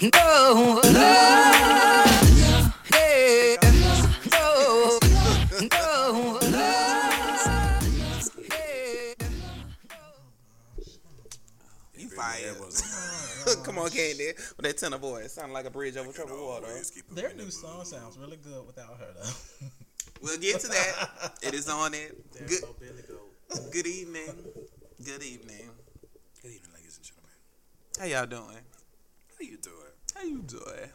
No. No. Hey. No. No. Hey. You fired. Come on, Candy. With that tenor voice, it sounded like a bridge over troubled water. Their new song sounds really good without her though. We'll get to that. It is on it. Good, so Billy Goat. good evening. Good evening. Good evening, ladies and gentlemen. How y'all doing? How you doing? How you doing?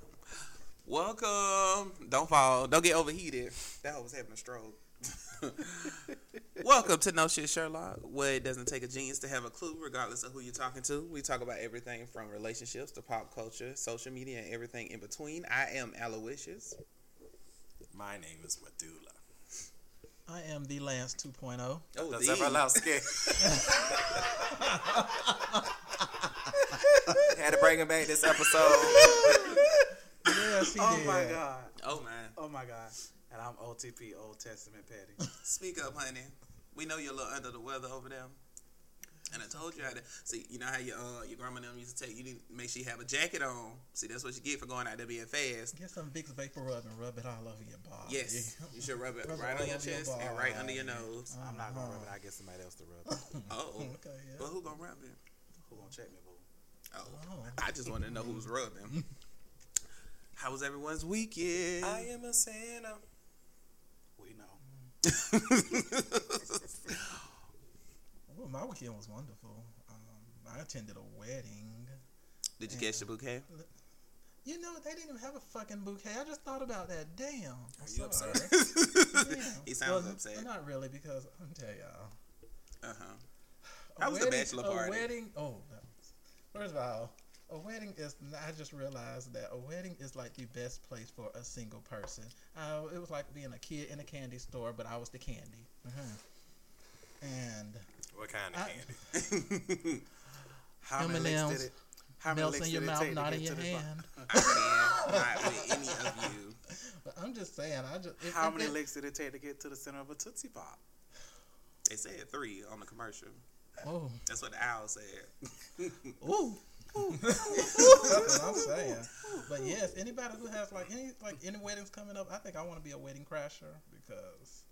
Welcome. Don't fall. Don't get overheated. That was having a stroke. Welcome to No Shit Sherlock, where it doesn't take a genius to have a clue, regardless of who you're talking to. We talk about everything from relationships to pop culture, social media, and everything in between. I am Aloysius. My name is Medulla. I am the Lance 2.0. Oh, That's D. everlasting. Had to bring him back this episode. Yes, he Oh did. my god. Oh man. Oh my god. And I'm OTP, Old Testament Patty. Speak up, honey. We know you're a little under the weather over there. And I told you how to see. You know how your uh, your grandma and them used to tell you need to make sure you have a jacket on. See, that's what you get for going out there being fast. Get some Vicks vapor rub and rub it all over your Oh, body. Yes, you should rub it Rub it right all on your over your chest and right under your nose. I'm not gonna rub it. I get somebody else to rub it. Oh, Okay, yeah. but who gonna rub it? Who gonna check me, boo? Oh, Oh. I just want to know who's rubbing. How was everyone's weekend? I am a Santa. We know. Well, my weekend was wonderful. Um, I attended a wedding. Did you catch the bouquet? You know, they didn't even have a fucking bouquet. I just thought about that. Damn. Are you upset? he sounds well, upset. Not really, because I'm tell y'all. Uh huh. a How was the bachelor party? A wedding. Oh, that was- first of all, a wedding is. I just realized that a wedding is like the best place for a single person. Uh, it was like being a kid in a candy store, but I was the candy. Mm-hmm. And What kind of I- candy? How M&Ms many licks did it? How many melts licks in your did it mouth, take to not get in your to this line? hand. I can't hide with any of you. But I'm just saying, I just if- How if many it- licks did it take to get to the center of a Tootsie Pop? They said three on the commercial. Oh, That's what the owl said. ooh. ooh. That's what I'm saying. But yes, anybody who has like any like any weddings coming up, I think I want to be a wedding crasher because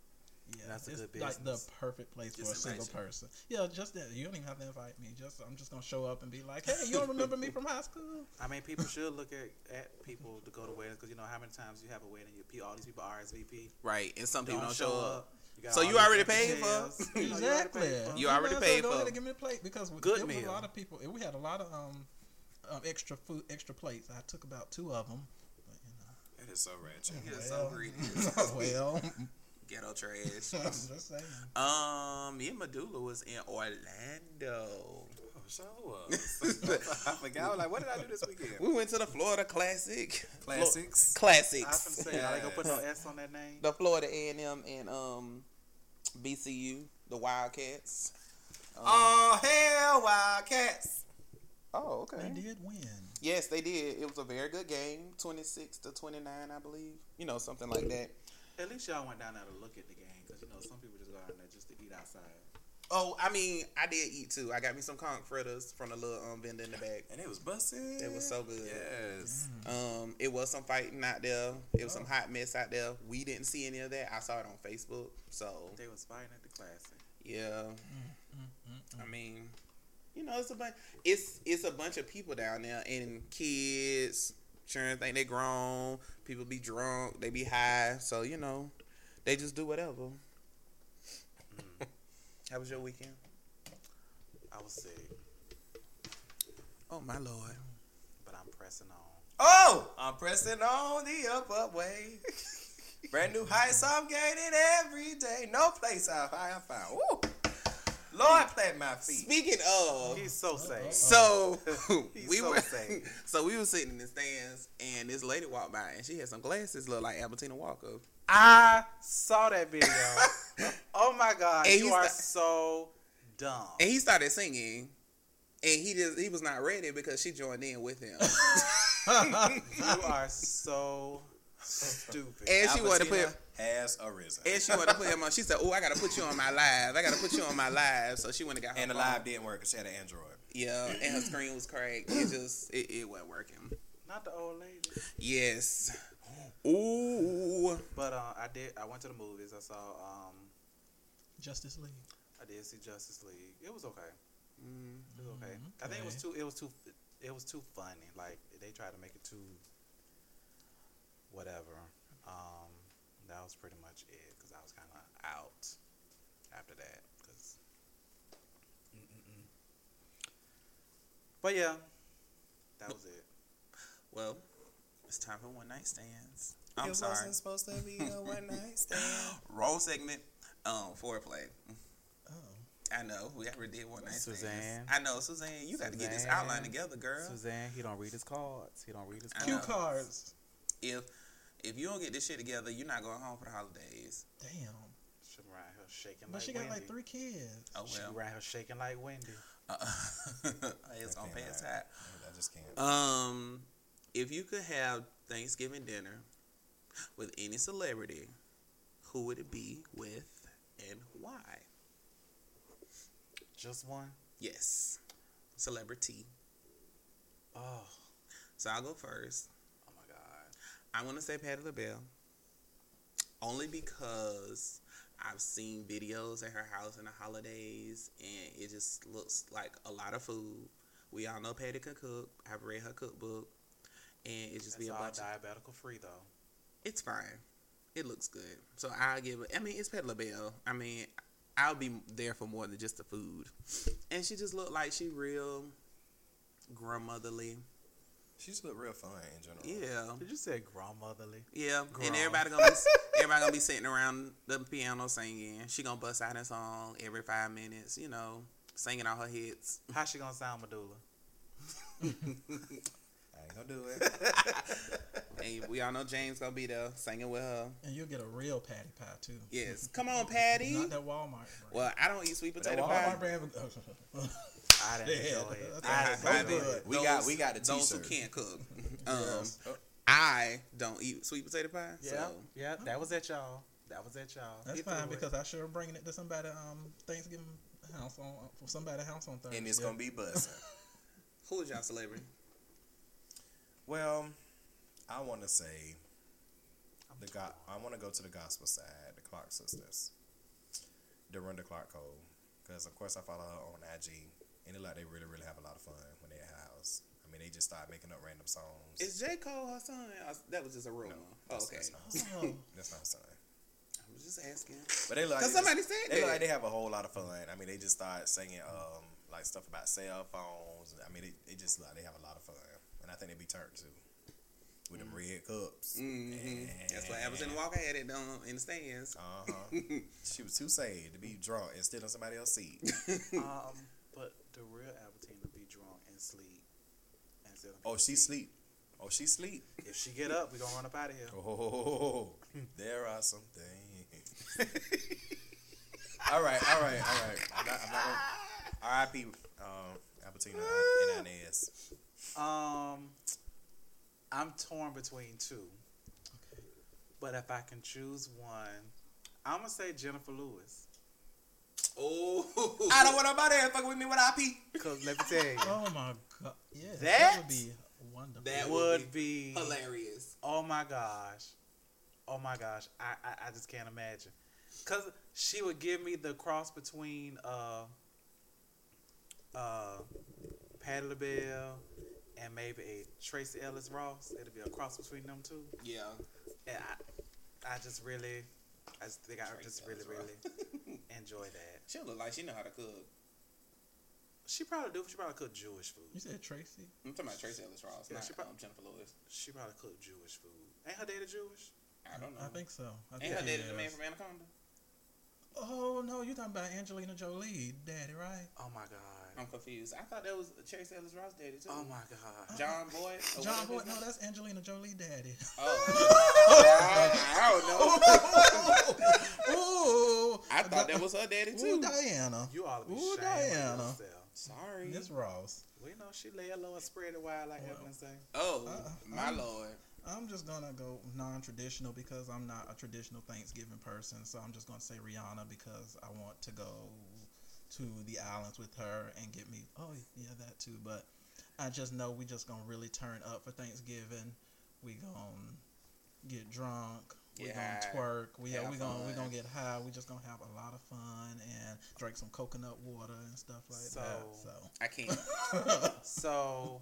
yeah, That's a it's good like the business. perfect place for a Just single invite you. person. Yeah, just that you don't even have to invite me. Just I'm just gonna show up and be like, hey, you don't remember me from high school? I mean, people should look at, at people to go to weddings because you know how many times you have a wedding, you pe- all these people RSVP. Right, and some Don't, people don't show up. You got So all you these already fucking paid for shells. it? You know, you already Exactly. paid for it. You already might as well paid go for ahead it. and give me the plate because Good there was a meal. lot of people. We had a lot of um, um extra food, extra plates. I took about two of them. But, you That is so ratchet. You're so greedy. know. well, Ghetto trash. I'm just saying. Um, me and Medulla was in Orlando. Oh, sure was. I forgot. I was like, what did I do this weekend? We went to the Florida Classic. Flo- Classics. I was Classics. gonna say, I ain't gonna put no S on that name. the Florida A&M and um, BCU, the Wildcats. Oh, hell, Wildcats. Oh, They okay. did win. Yes, they did. It was a very good game, 26 to 29, I believe. You know, something like that. At least y'all went down there to look at the game because you know some people just go out there just to eat outside. Oh, I mean, I did eat too. I got me some conch fritters from the little um, vendor in the back. And it was busting. It was so good. Yes. Mm. Um, it was some fighting out there. It was some Oh. hot mess out there. We didn't see any of that. I saw it on Facebook. So They was fighting at the classic. yeah, I mean, you know, it's a bunch. It's it's a bunch of people down there and kids. Children think they grown. People be drunk. They be high. So you know, they just do whatever. How was your weekend? I was sick, Oh my lord. but I'm pressing on. Oh, I'm pressing on the up up way. Brand new heights I'm gaining every day. No place I I found. Woo. Lord plant my feet. Speaking Oh. of, He's so safe. So He's we so were sad. so we were sitting in the stands, and this lady walked by, and she had some glasses, look like Albertina Walker. I saw that video. oh my god, And you he's are the- so dumb. And he started singing, and he just he was not ready because she joined in with him, you are so stupid. and she wanted to put Albertina has arisen. and she wanted to put him on. She said, "Oh, I gotta put you on my live. I gotta put you on my live." So she went and got her And the phone. live didn't work because she had an Android. Yeah, and her screen was cracked. It just it, it wasn't working. Not the old lady. Yes. Ooh. But uh, I did. I went to the movies. I saw. Um, Justice League. I did see Justice League. It was okay. Mm, It was Mm-hmm. okay. I think it was okay. too. It was too. It was too funny. Like they tried to make it too. Whatever. Um, that was pretty much it because I was kind of out after that. 'cause- Mm-mm-mm. But yeah, that was it. Well, it's time for one night stands. it I'm sorry. wasn't supposed to be a one night stand. Roll segment. Um, foreplay. Oh. I know we already did one night Suzanne. stands. I know Suzanne. You got to get this Suzanne. outline together, girl. Suzanne, he don't read his cards. He don't read his I Cue know. cards. cards. If if you don't get this shit together, you're not going home for the holidays. Damn. She around here shaking But like she got Wendy. like three kids. Oh She well. around here shaking like Wendy. Uh, it's gonna pay us out. I just can't. Um, if you could have Thanksgiving dinner with any celebrity, who would it be with and why? Just one. Yes, celebrity. Oh, So I'll go first. oh my God. I want to say Patti LaBelle, only because I've seen videos at her house in the holidays, and it just looks like a lot of food. We all know Patty can cook. I've read her cookbook, and it just It's be a all bunch. Of, diabetical free though. it's fine. It looks good. So I'll give it. I mean, it's Patti LaBelle. I mean, I'll be there for more than just the food. And she just looked like she real grandmotherly. She just looked real fun in general. Yeah. Did you say grandmotherly? Yeah, Girl. and everybody gonna be everybody gonna be sitting around the piano singing. She gonna bust out a song every five minutes, you know, singing all her hits. How she gonna sound medulla? I ain't gonna do it. And we all know James gonna be there singing with her. And you'll get a real patty pie too. Yes, come on, Patty. Not that Walmart. brand. Well, I don't eat sweet that potato Walmart pie. Walmart brand. oh. I didn't Yeah, enjoy it. that's I I- I so didn't enjoy did. it. good. We Those- got- we got a Those who t-shirt. can't cook. Um, Yes. Oh, I don't eat sweet potato pie. Yeah, so- yeah. That was at y'all. That was at y'all. That's Get fine through it. because I sure am bringing it to somebody um Thanksgiving house on for somebody house on Thursday. and it's gonna be busting. who is y'all celebrity? Well, I want to say the go- I want to go to the gospel side, the Clark sisters, Dorinda Clark Cole, because of course I follow her on IG, and it like they really really have a lot of fun when they're at her house. I mean, they just start making up random songs. Is J Cole her son? Or- That was just a rumor. No, oh, that's, okay, that's not, Oh, that's not her son. I was just asking. But they look like Cause they just- somebody said They that. look like they have a whole lot of fun. I mean, they just start singing um like stuff about cell phones. I mean, it, it just like they have a lot of fun, and I think they be turned too with them Mm. red cups. hmm That's why Emerson Walker had it um, in the stands. Uh huh. she was too sad to be drunk and sit on somebody else's seat. um, but the real Albertine would be drunk and sleep. And still Oh, she sleep. Oh, she sleep. If she get up, we gonna run up out of here. Oh, there are some things. all right, all right, all right. I'm not, I'm not gonna, R.I.P. Um, Albertina and Inez. Oh. Um, I'm torn between two, but if I can choose one, I'm gonna say Jennifer Lewis. Oh, I don't want nobody here fucking with me with IP. Cause let me tell you, oh my god! Yeah, that, That- would be wonderful. that that would would be Mm. hilarious. Oh my gosh. Oh my gosh. I, I, I just can't imagine. Cause she would give me the cross between uh uh Patti LaBelle and maybe a Tracy Ellis Ross. It'd be a cross between them two. Yeah, And I I just really I just think I Tracy just really, Ellis really enjoy that. she look like she know how to cook. She probably do she probably cook Jewish You food. said Tracy. I'm talking about Tracy Ellis Ross, Yeah, not she prob- um, Jennifer Lewis. She probably cook Jewish food. Ain't her dad a Jewish? I don't know. I think so. I Ain't think her she dated the man is. from Anaconda? Oh no, you talking about Angelina Jolie, Daddy, right? Oh my god. I'm confused. I thought that was Tracy Ellis Ross dated too. Oh my god. John Boyd. Oh, or John whatever Boy, his no, name- that's Angelina Jolie, Daddy. Oh, I don't know. Ooh, I thought that was her daddy Ooh, too. Diana. You all be Ooh, Ooh, Diana. Diana. yourself. Sorry. This Ross. We know she lay low and spread it wide like Well. Evelyn say. Oh, Uh-uh. my lord. I'm just gonna go non-traditional because I'm not a traditional Thanksgiving person. So I'm just gonna say Rihanna because I want to go to the islands with her and get me. Oh yeah, that too. But I just know we just gonna really turn up for Thanksgiving. We gonna get drunk. We Yeah. gonna twerk. We yeah, Have we gonna we fun. gonna get high. We just gonna have a lot of fun and drink some coconut water and stuff like that. So- So I can't. So,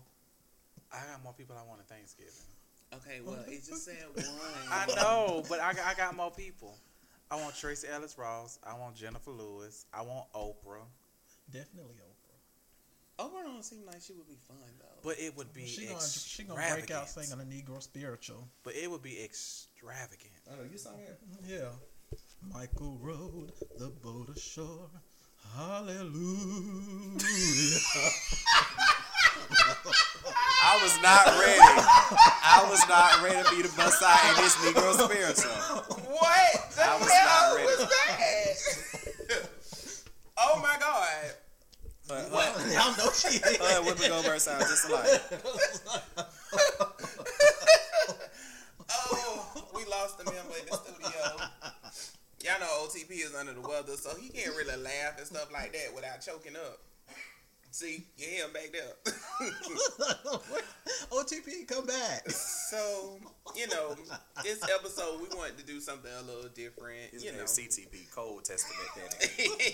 I got more people I want at Thanksgiving. Okay, well, it just said one. I know, but I got, I got more people. I want Tracy Ellis Ross. I want Jennifer Lewis. I want Oprah. definitely Oprah. Oprah don't seem like she would be fun though. But it would be She gonna she extravagant. gonna break out singing a Negro spiritual. But it would be extravagant. Oh, you saw it. Yeah. Michael rode the boat ashore. Hallelujah. I was not ready. I was not ready for you to bust out in this Negro spiritual. what the I was not ready. that? oh my god! But, What? uh, Y'all know she is. uh, women go verse sound just alike. Oh, we lost a member in the studio. Y'all know OTP is under the weather, so he can't really laugh and stuff like that without choking up. See, you hear him back there. OTP, come back. so, you know, this episode we wanted to do something a little different. His you name know, CTP, Cold Testament Daddy.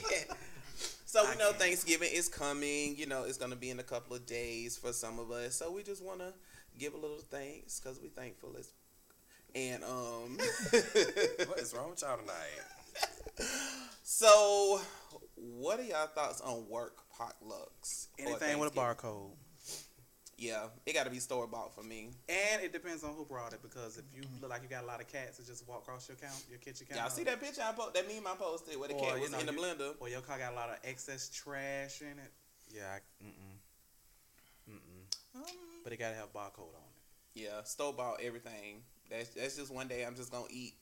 so we I know can't. Thanksgiving is coming. You know, it's gonna be in a couple of days for some of us. So we just wanna give a little thanks because we thankful as and um What is wrong with y'all tonight? so what are y'all thoughts on work potlucks? or Anything with a Thanksgiving? barcode. Yeah, it gotta be store bought for me. And it depends on who brought it because if you look like you got a lot of cats that just walk across your count, your kitchen counter. Y'all see that picture I po- that meme I posted where the Or, cat you was know, in the you- blender. Or your car got a lot of excess trash in it. Yeah. I, mm-mm. Mm-mm. Um, But it gotta have barcode on it. Yeah, store bought everything. That's that's just one day I'm just gonna eat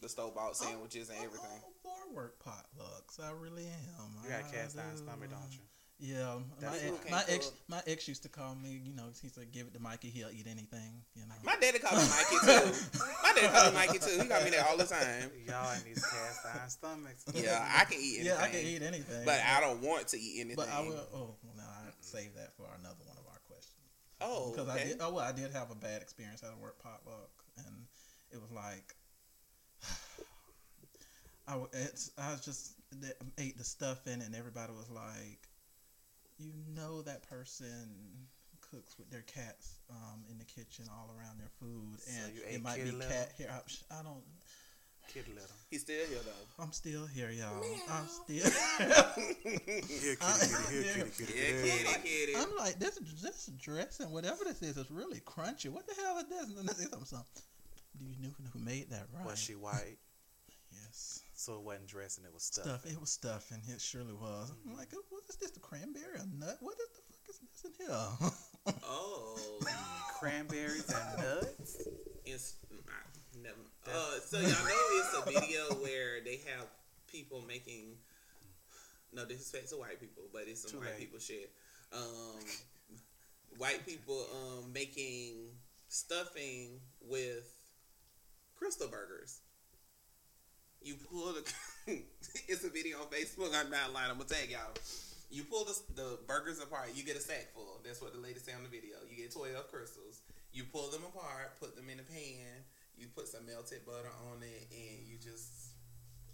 the store bought sandwiches and everything. More work oh, potlucks. I really am. You got a I cast iron do. stomach, don't you? Yeah. My That's ex, okay, my ex, cool. my ex used to call me. You know, he said, "Give it to Mikey. He'll eat anything." You know. My daddy called me Mikey too. My daddy called me Mikey too. He called me that all the time. Y'all in these cast iron stomachs. Yeah, I can eat anything. yeah, I can eat anything. But I don't want to eat anything. But I will. Oh, no, I save that for another one of our questions. Oh, because I okay. did. Oh, well, I did have a bad experience at a work potluck, and it was like, I w- it's I was just th- ate the stuffing, and everybody was like, you know, that person cooks with their cats um, in the kitchen all around their food, So and you it ate might be kitty litter? cat here. I, sh- I don't. Kid little. He's still here though. I'm still here, y'all. I'm still. Yeah, kitty, kitty. I'm like this this dressing, whatever this is, is really crunchy. What the hell is this? And this is something. something. Do you know who made that right? Was she white? Yes. So it wasn't dressing, it was stuffing. Stuff. It was stuffing. It surely was. I'm Mm-hmm. like, "Oh, what is this? The cranberry or nut? What is the fuck is this in here? Oh, Cranberries and nuts. it's mm, I- never. Uh, so y'all know it's a video where they have people making no disrespect to white people, but it's some Too white late. people shit. Um, white people um making stuffing with crystal burgers. You pull the. it's a video on Facebook. I'm not lying. I'm gonna tag y'all. You pull the, the burgers apart. You get a sack full. That's what the lady said on the video. You get twelve crystals. You pull them apart. Put them in a pan. You put some melted butter on it, and you just.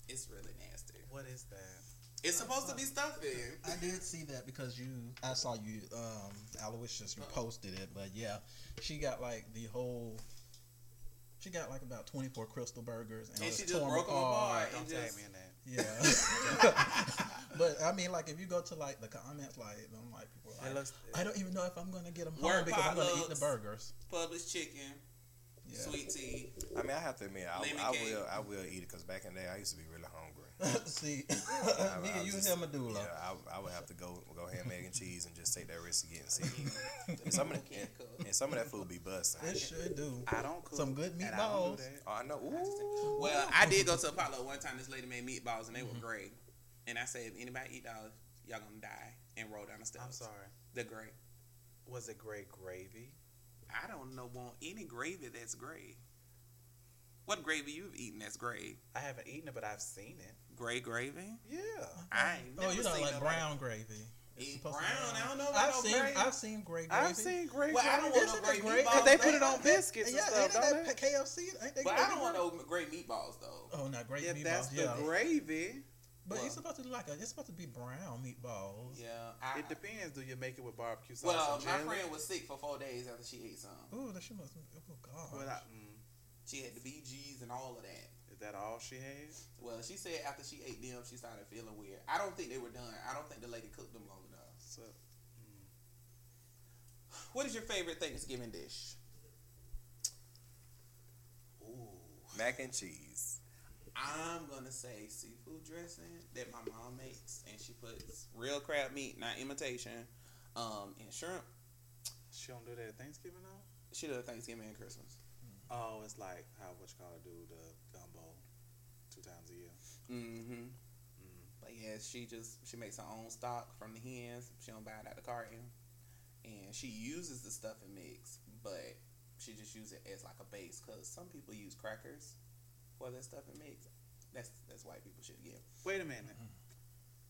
It's really nasty. What is that? It's supposed to be stuffing. I did see that because you, I saw you, um, Aloysius, you Oh. posted it, but yeah, she got like the whole, she got like about 24 crystal burgers and, And was she just torn broke 'em apart. Don't It tag just- me in that. Yeah. but I mean, like, if you go to like the comments, like, I'm like, people are It like, looks. I don't even know if I'm gonna get them home Work because I'm gonna eat the potlucks. burgers. Publix chicken, Yeah. sweet tea. I mean, I have to admit, I, Lemon I cake. will, I will eat it because back in the day, I used to be really hungry. See, I- me I and you just- hit medulla. Yeah, I, I would have to go go ham, egg, and cheese, and just take that risk again. See, and some of the, and, Can't cook. and some of that food be busting. It sure do. I don't cook. Some good and I don't do meatballs. Oh, I know. Ooh. Well, I did go to Apollo one time. This lady made meatballs and they were great. And I said, if anybody eat those, y'all gonna die and roll down the that. stairs. I'm sorry. They're great. Was it gray gravy? I don't know want any gravy that's gray. What gravy you've eaten that's gray? I haven't eaten it, but I've seen it. Gray gravy? Yeah. I ain't Oh, never you don't seen like nobody- brown gravy? It's Eat supposed brown. to be brown. I don't know about I've no seen gravy. I've seen gray gravy. I've seen great. Well, I gravy. don't want Isn't no it great great? meatballs. They put it on ain't- biscuits and yeah, stuff, ain't don't that they? KFC? Ain't they But I don't want gravy? no great meatballs though. Oh no, great If meatballs. that's the yeah, gravy, but Well. it's supposed to be like a, it's supposed to be brown meatballs. Yeah. I, it depends. Do you make it with barbecue sauce? Well, and my jelly? friend was sick for four days after she ate some. Ooh, that shit must. Oh god. Well, I- mm, She had the BGs and all of that. is that all she had? Well, she said after she ate them, she started feeling weird. I don't think they were done. I don't think the lady cooked them long enough. So, What is your favorite Thanksgiving dish? ooh, Mac and cheese. I'm gonna say seafood dressing that my mom makes, and she puts real crab meat, not imitation, um, and shrimp. she don't do that at Thanksgiving though. She does Thanksgiving and Christmas. Oh, it's like how what you call it? Do the gumbo two times a year. Mm-hmm. Mm. But yeah, she just she makes her own stock from the hens. She don't buy it out the carton, and she uses the stuff and mix, but she just uses it as like a base because some people use crackers for their stuff and mix. That's that's white people shit. Yeah, Wait a minute.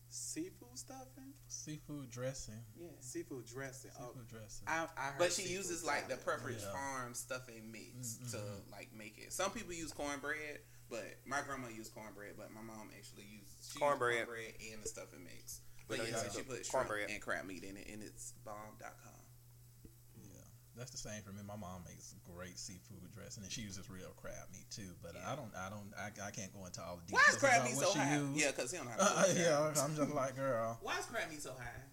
Seafood stuffing, seafood dressing. yeah. seafood dressing. Oh, Seafood dressing. I, I heard But she seafood uses like the salad. Pepperidge Yeah. Farm stuff and mix Mm, to mhm. like make it. Some people use cornbread, but my grandma used cornbread, but my mom actually uses she Cornbread. used cornbread and the stuff and mix. We But know yeah, y'all so she cook put shrimp cornbread. and crab meat in it, and it's bomb.com. yeah, that's the same for me. My mom makes great seafood dressing, and she uses real crab meat too. But Yeah. I don't. I don't. I, I can't go into all the Why details is crab about meat what so she high? used. Yeah, because he don't know how to Uh, cook crab. yeah, I'm just like, girl. Why is crab meat so high?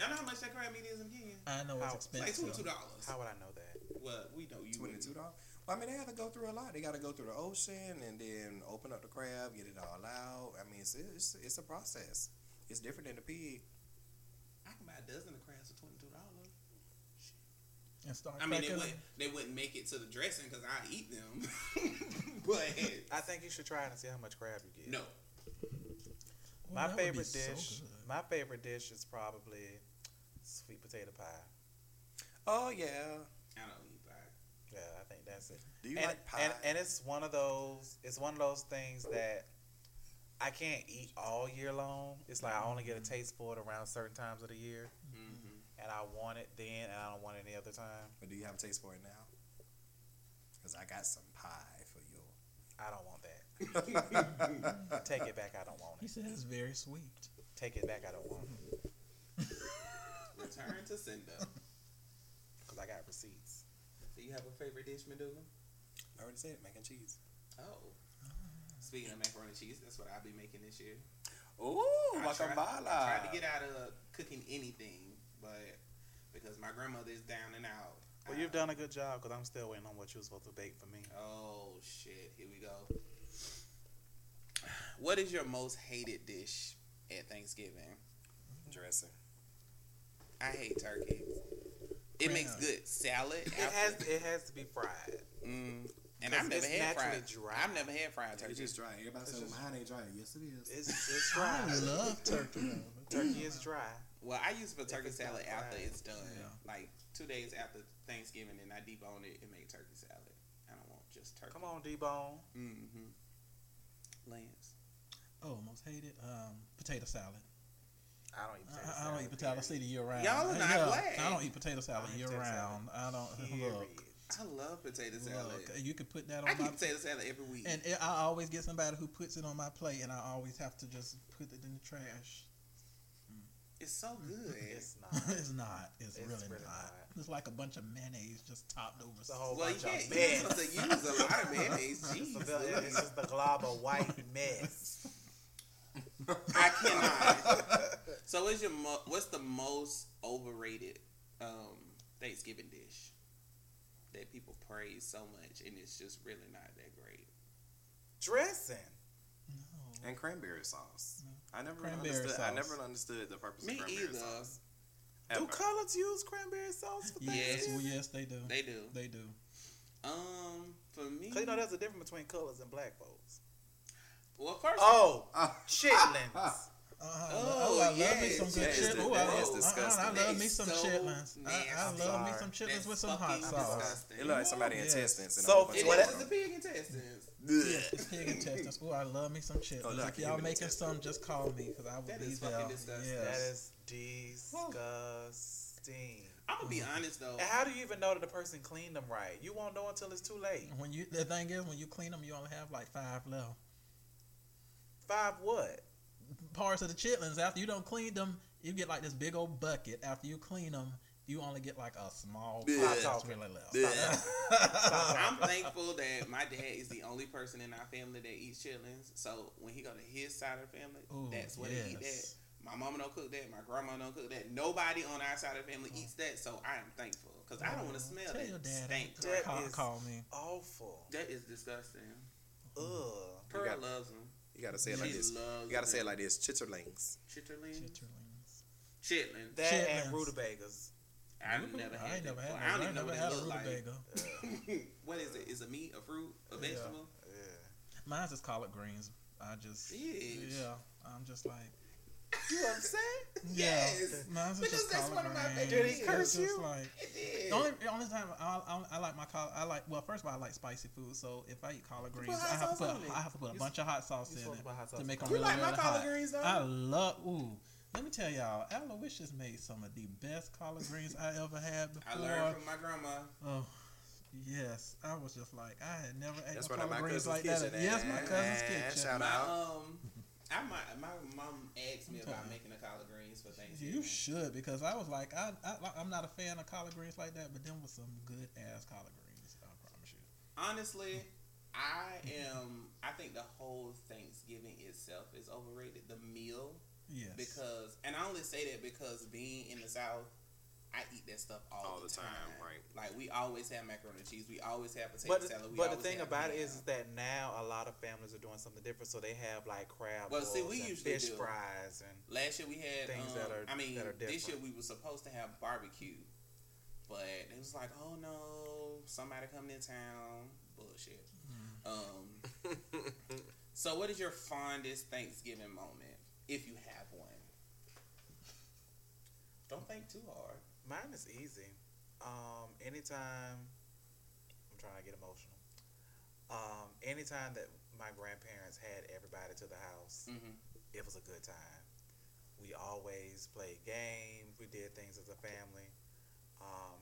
Y'all know how much that crab meat is in Kenya? I know it's How- Like expensive. twenty two dollars. How would I know that? Well, we know you Twenty two dollars. Well, I mean, they have to go through a lot. They got to go through the ocean and then open up the crab, get it all out. I mean, it's it's, it's a process. It's different than the pig. I can buy a dozen of crabs for twenty two dollars. and start I mean, they cracking- wouldn't they wouldn't make it to the dressing because I eat them, but. I think you should try it and see how much crab you get. No. Ooh, My that would be favorite so dish. good. my favorite dish is probably sweet potato pie. Oh yeah. I don't eat pie. Yeah, I think that's it. Do you and, like pie? And, and it's one of those. It's one of those things that I can't eat all year long. It's like I only get a taste for it around certain times of the year, Mm-hmm. and I want it then, and I don't want it any other time. but do you have a taste for it now? Because I got some pie for you. I don't want that. Take it back. I don't want He it. said it's very sweet. Take it back. I don't want it Return to sender. because I got receipts. Do you have a favorite dish, Medulla? I already said mac and cheese. Oh. Speaking of macaroni and cheese, that's what I'll be making this year. Ooh, I tried, I tried to get out of cooking anything, but because my grandmother is down and out. Well, I- you've done a good job because I'm still waiting on what you was supposed to bake for me. Oh shit! Here we go. What is your most hated dish at Thanksgiving? dressing. I hate turkey. It makes Crab. good salad. It has. It has to be fried. mm, and 'Cause I've never it's had naturally fried. dry. I've never had fried turkey. It's just dry. Everybody said just- well, mine ain't dry. Yes, it is. It's, it's I dry. love turkey. Turkey is dry. Well, I use it for turkey it's not salad after fried. it's done, Yeah. like two days after Thanksgiving, and I debone it and make turkey salad. I don't want just turkey. Come on, D Bone. mm-hmm. Lance. Oh, most hated um, potato salad. I don't eat I- potato I, I don't eat potato salad year round. Y'all are not Yeah, black. I don't eat potato salad I don't eat year potato salad. round. I don't Period. look. I love potato salad. Look, you could put that on I my get potato salad every week. and it, I always get somebody who puts it on my plate, and I always have to just put it in the trash. it's so good. It's not. it's not. It's, Uh-huh. It's really, really not. not. It's like a bunch of mayonnaise just topped over. It's a whole well, you bunch of can't mess. use to use a lot of mayonnaise. It's, Jeez, a- it's just the glob of white mess. I cannot. so, what's your mo- what's the most overrated um, Thanksgiving dish that people praise so much, and it's just really not that great? Dressing. No. And cranberry sauce. Mm. I never Cranberry understood. I sauce. never understood the purpose Me of cranberry either. sauce. Do Ever. collards use cranberry sauce for things? Yes, Yes. well, yes, they do. Mm-hmm. They, They do. do. Um, for me, Cause you know there's a difference between colors and black folks. well, first, Oh, Ah. chitlins. Ah. Uh, Oh, oh, I love me yes, some good yes, chitlins. the- Ooh, I, that is uh-uh, disgusting. I love me That is some so chitlins. I, I nasty. love me Sorry. some That's chitlins with some hot fucking sauce. disgusting. It looks like somebody's Yes. intestines. And So, a whole bunch It of what- is them. the pig intestines. Yes, it's pig intestines. Ooh, I love me some chitlins. Oh, look, if y'all human making intestine. some, just call me because I will That be is there. fucking disgusting. Yes. That is disgusting. I'm gonna be Mm-hmm. honest though. And how do you even know that the person cleaned them right? You won't know until it's too late. when you the thing is when you clean them, you only have like five left. Mm. Five what? Parts of the chitlins after you don't clean them, you get like this big old bucket. After you clean them, you only get like a small part Yeah. that's really left. I'm thankful that my dad is the only person in our family that eats chitlins. So when he go to his side of the family, Ooh, that's what he eat that. yes. My mama don't cook that. My grandma don't cook that. Nobody on our side of the family eats that. So I am thankful because I don't want to smell Tell your that dad stank. to That call, is- call me. Awful. That is disgusting. Ugh. Pearl got- loves them. You gotta say it like She this. loves You gotta say it them. like this. Chitterlings. chitterlings. Chitterlings. Chitlin. That Chitlins. and rutabagas. I've Rutabaga- never I had that. ain't never before. had. I don't that. I even ain't know never what had it a looks like. rutabaga. what is it? Is it meat, a fruit, a Yeah. vegetable? Yeah. Mine's just collard greens. I just Yes. yeah. I'm just like You upset? yeah. Yes. Mine's Because just that's collard one of my greens. favorite It's curse just you. like- It is. The only, the only time I, I, I like my collard, I like well, first of all, I like spicy food. So if I eat collard greens, hot I have, to sauce put, on it. I have to put a You bunch of hot sauce you in spoke about hot it sauce. to make them You really, like my really collard hot. greens though? I love. Ooh, let me tell y'all, Aloysius made some of the best collard greens I ever had I before. learned from my grandma. Oh, yes. I was just like, I had never ate That's no one of collard my cousin's greens like kitchen. that. Yes, my man. cousin's Man, kitchen. Shout My out. um, I might, my mom asked me about Okay. making the collard greens for Thanksgiving. You should because I was like, I, I like, I'm not a fan of collard greens like that, but them was some good ass collard greens. I promise you. Honestly, I am. I think the whole Thanksgiving itself is overrated. The meal, Yes. because, and I only say that because being in the South, I eat that stuff all, All the time, right. Like we always have macaroni and cheese. We always have potato But, salad. We but the always thing have about it ham. is, is that now a lot of families are doing something different, so they have like crab Well, see, balls we and usually fish do. fries and Last year we had Things um, that are- I mean, that are this year different. we were supposed to have barbecue, but it was like, oh no, somebody coming in town. Bullshit. Um. so, what is your fondest Thanksgiving moment, if you have one? Don't think too hard. Mine is easy. Um, anytime I'm trying to get emotional. Um, anytime that my grandparents had everybody to the house, Mm-hmm. it was a good time. We always played games. We did things as a family. Um,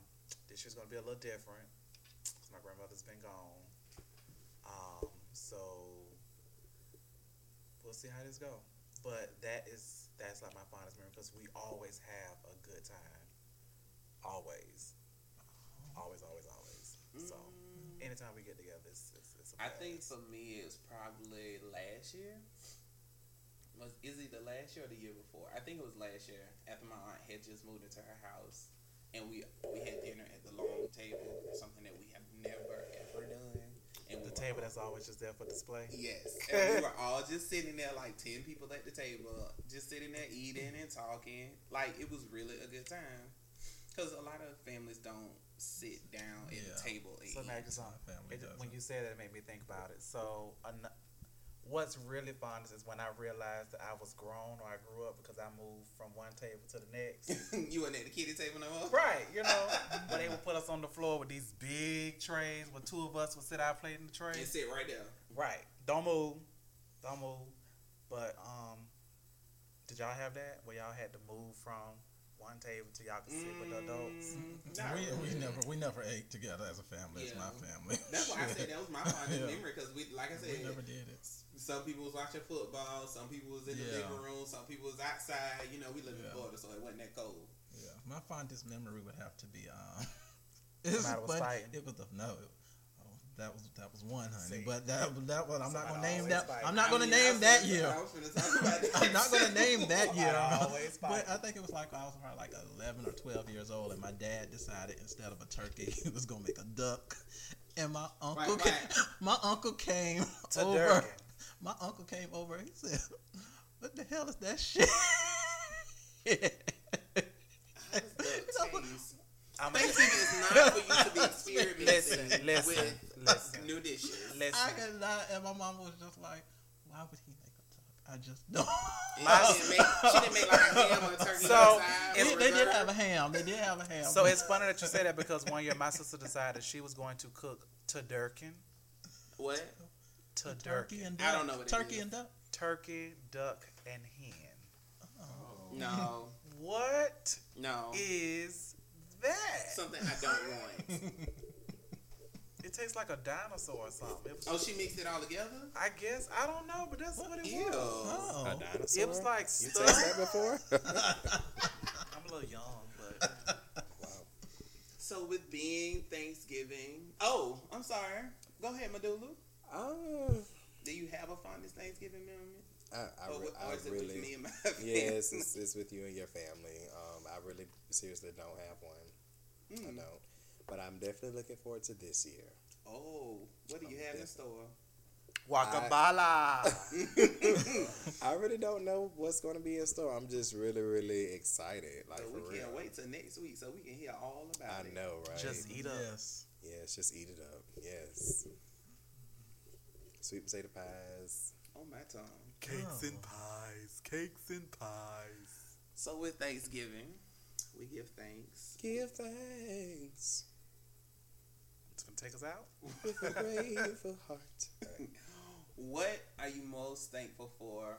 this year's gonna be a little different 'cause my grandmother's been gone. Um, so we'll see how this go. But that is that's like my fondest memory because we always have a good time. Always, always, always, always. So anytime we get together, it's, it's, it's a I blast. think for me, it's probably last year. Was is it the last year or the year before? I think it was last year. After my aunt had just moved into her house, and we we had dinner at the long table, something that we have never ever done. And we the were- table that's always just there for display. Yes, and we were all just sitting there, like ten people at the table, just sitting there eating and talking. Like it was really a good time, because a lot of families don't sit down at Yeah. the table and So eat. Maggie's on. My family It, doesn't. when you said that, it made me think about it. So, an, what's really fun is when I realized that I was grown or I grew up because I moved from one table to the next. you ain't at the kiddie table no more. right, you know, when they would put us on the floor with these big trays, where two of us would sit our plate in the tray. And sit right there. Right, don't move, don't move. But um, did y'all have that where y'all had to move from one table to y'all could sit with the adults? Not we, we really. never we never ate together as a family. Yeah. It's my family. That's why I said that was my fondest Yeah. memory because we, like I said, we never did it. some people was watching football, some people was in the Yeah. living room, some people was outside. You know, we live in Yeah. Florida, so it wasn't that cold. Yeah, my fondest memory would have to be um. It's Somebody was funny. fighting. It was the no. It, oh, that was that was one, honey. See. But that that one I'm not Somebody gonna name always that. fighting. I'm not I gonna mean, I name was that finna- year. I was finna talk about that. I'm not gonna name that year. Always But I fighting. think it was like I was probably like 11 or 12 years old, and my dad decided instead of a turkey, he was gonna make a duck. And my uncle, Right, ca- right. my uncle came To over. Durkin. My uncle came over. He said, "What the hell is that shit?" How does that taste? I'm Thanksgiving is not for you to be experimenting listen, listen, with listen, new dishes. listen. I could not. And my mom was just like, "Why would he make a duck?" I I just don't. Mine didn't make- she didn't make like a ham or a turkey. So, outside they, or they did a- have a ham. They did have a ham. So it's funny that you say that because one year my sister decided she was going to cook tadurkin, what? turkey tadurkin, and duck. I don't know what it turkey is. and duck. turkey, duck, and hen. No, What no, is that? something I don't want. It tastes like a dinosaur or something. It was, Oh, she mixed it all together. I guess I don't know, but that's what it Ew. was. Oh, A dinosaur? It was like You stuff. taste that before? I'm a little young, but So with being Thanksgiving, oh, I'm sorry. Go ahead, Madulu. Oh, Do you have a fondest Thanksgiving memory? I, I, or, re- or I is it with me really. and my family? Yes, it's, it's with you and your family. Um, I really seriously don't have one. I Mm. don't. But I'm definitely looking forward to this year. Oh, what do you have in store? Wakabala. I really don't know what's going to be in store. I'm just really, really excited. Like So for we real. can't wait till next week so we can hear all about I it. know, right? Just eat up. yes. yes, just eat it up. Yes. Sweet potato pies. On Oh, my tongue. Cakes and pies, cakes and pies. So with Thanksgiving, we give thanks. Give thanks It's gonna take us out. with a grateful heart. What are you most thankful for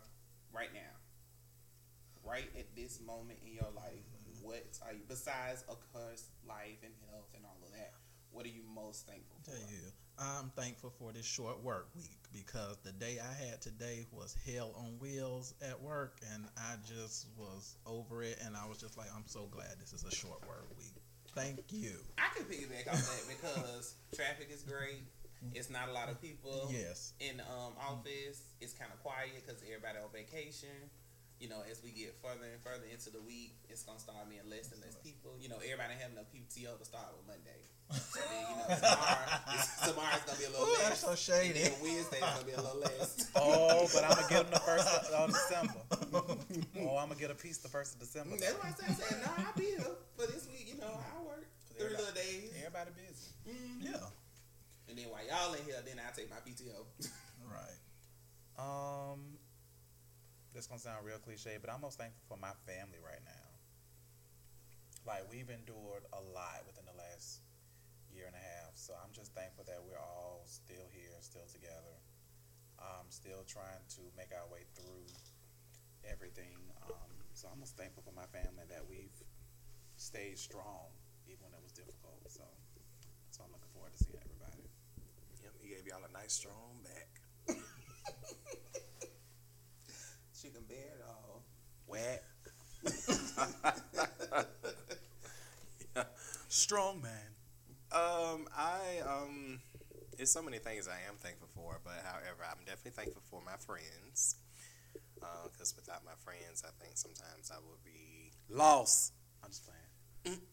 right now? Right at this moment in your life, what are you besides of course life and health and all of that? What are you most thankful for? Tell you, I'm thankful for this short work week because the day I had today was hell on wheels at work, and I just was over it. And I was just like, I'm so glad this is a short work week. Thank you. I can piggyback off that because traffic is great. It's not a lot of people. Yes. in the um, Mm-hmm. office. It's kind of quiet because everybody on vacation. You know, as we get further and further into the week, it's gonna start being less and less people. You know, everybody having enough PTO to start with Monday. So then, you know, tomorrow, tomorrow's gonna be a little Ooh, less. that's so And shady. then Wednesday's gonna be a little less. Oh, but I'm gonna get them the first of December. Oh, I'm gonna get a piece the first of Mm, December. That's why I said, I said, no, I'll be here for this week. You know, I work three little days, Everybody busy. Yeah. and then while y'all in here, then I take my PTO. Right. Um, this gonna sound real cliche, but I'm most thankful for my family right now. Like we've endured a lot within the last year and a half, so I'm just thankful that we're all still here, still together. Um, still trying to make our way through everything. Um, so I'm just thankful for my family that we've stayed strong even when it was difficult. So that's why I'm looking forward to seeing everybody. Yep, he gave y'all a nice strong back. She can bear it all. Wet. Strong man. Um, I um, there's so many things I am thankful for, but however, I'm definitely thankful for my friends. Because without my friends, I think sometimes I would be lost. I'm just playing.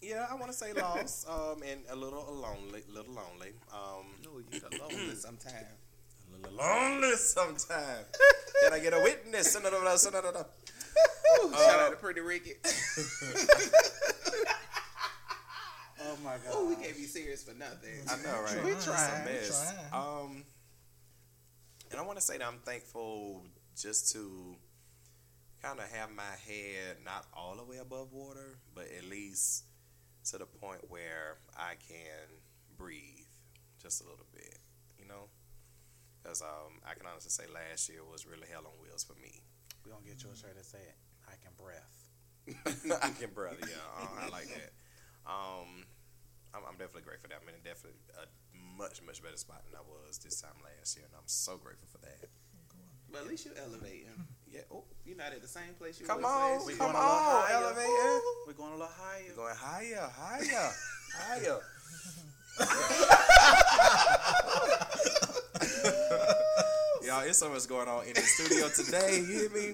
Yeah, I want to say lost. um, and a little lonely, little lonely. Um, No, you can lonely sometimes. a little lonely sometimes. Did I get a witness? No, no, no, no, no, no. Shout out to Pretty Ricky. Oh my god. Oh, we can't be serious for nothing. I know, right? We It's a tried, we mess. tried. Um, and I want to say that I'm thankful just to kind of have my head not all the way above water, but at least to the point where I can breathe just a little bit, you know? Because um, I can honestly say last year was really hell on wheels for me. We gonna get you a shirt that say I can breath. I can brother, yeah. Uh, I like that. Um, I'm, I'm definitely grateful for that. I'm in a definitely a much, much better spot than I was this time last year, and I'm so grateful for that. But at least you elevating. Yeah. Oh, You're not at the same place you come was on, last we year. come going a little on, higher. elevator. We're going a little higher. We're going higher, higher, higher. Y'all, it's so much going on in the studio today. You hear me?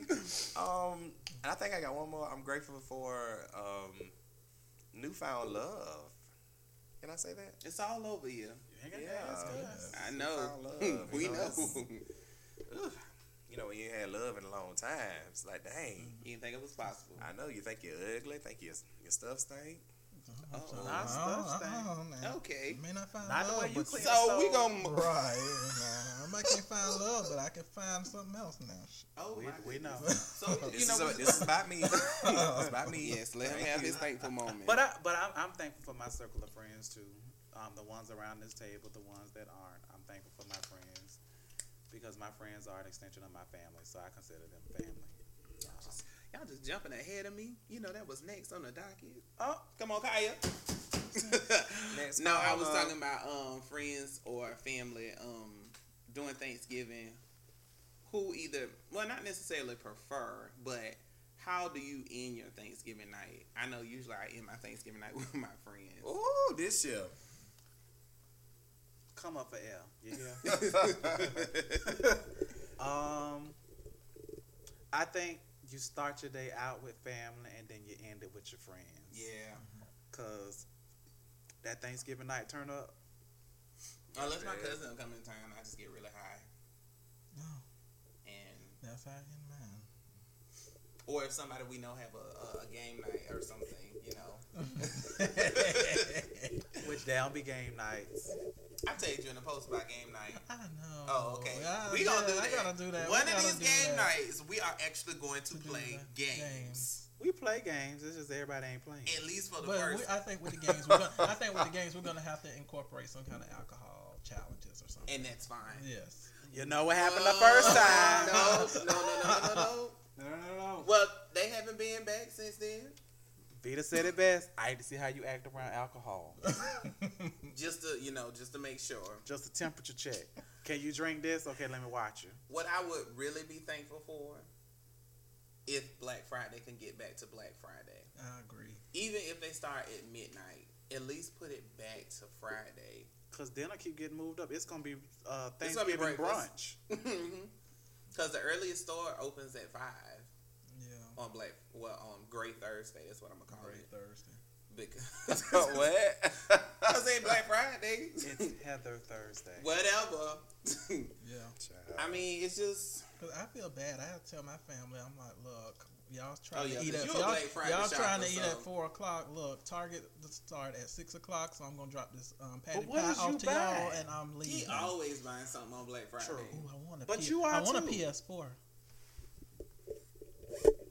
Um, and I think I got one more. I'm grateful for um, newfound love. Can I say that? It's all over you. You ain't gotta Yeah. ask us. Yeah. I know. all love, we you know, know. You know, when you had love in a long time, it's like, dang, you didn't think it was possible. I know you think you're ugly, think your your stuff stink. Oh, Oh, Not stuff oh, thing. oh, man. Okay. May not find Not the love, way but- you clean. So we So- gonna Right. I might can't find love, but I can find something else now. Oh, We, my we know. goodness. So This you know, is a, this is about me. This is about me. yes, let him have his thankful moment. But I, but I'm, I'm thankful for my circle of friends too. Um, the ones around this table, the ones that aren't. I'm thankful for my friends because my friends are an extension of my family, so I consider them family. y'all just jumping ahead of me. You know that was next on the docket. Oh, Come on, Kaya. Next no, I was caller. talking about um friends or family um doing Thanksgiving. Who either well not necessarily prefer, but how do you end your Thanksgiving night? I know usually I end my Thanksgiving night with my friends. Ooh, this year. come up for L. You hear? That's Um, I think you start your day out with family and then you end it with your friends. Yeah, Cause that Thanksgiving night turn up. unless my Yeah. cousin will come in town, I just get really high, No, and that's how I get mine. or if somebody we know have a, a, a game night or something, you know. Which down be game nights. I tell you in the post about game night. I know. Oh, okay. I, we gonna yeah, do, that. I gotta do that. One We of gotta these do game that. nights, we are actually going to, To do play that. games. Games. We play games. It's just everybody ain't playing. At least for the But we, first. I think with the games, we're gonna, I think with the games, we're gonna have to incorporate some kind of alcohol challenges or something. and that's fine. Oh. Yes. You know what happened the first time. No, no, no, no, no, no. Oh, No, no, no. no. Well, they haven't been back since then. Vita said it best. I hate to see how you act around alcohol. Just to, you know, just to make sure. Just a temperature check. Can you drink this? Okay, let me watch you. What I would really be thankful for if Black Friday can get back to Black Friday. I agree. Even if they start at midnight, at least put it back to Friday. Cause dinner keep getting moved up. It's gonna be uh, It's gonna be Thanksgiving brunch. breakfast. Because Mm-hmm. the earliest store opens at 5. Yeah. on Black well on Gray Thursday. That's what I'm gonna call Great it Thursday. because what? because ain't Black Friday. It's Heather Thursday. Whatever. Yeah. I mean, it's just Cause I feel bad. I have to tell my family. I'm like, look, y'all Oh, trying yeah, to eat 'cause at you a y'all, Black Friday y'all shopper, trying to eat so- at four o'clock. Look, Target the start at six o'clock, so I'm gonna drop this um, patty what pie is you off to y'all, buying? and I'm leaving. he always buying something on Black Friday. Ooh, I want a But P- you are I want too. a PS4.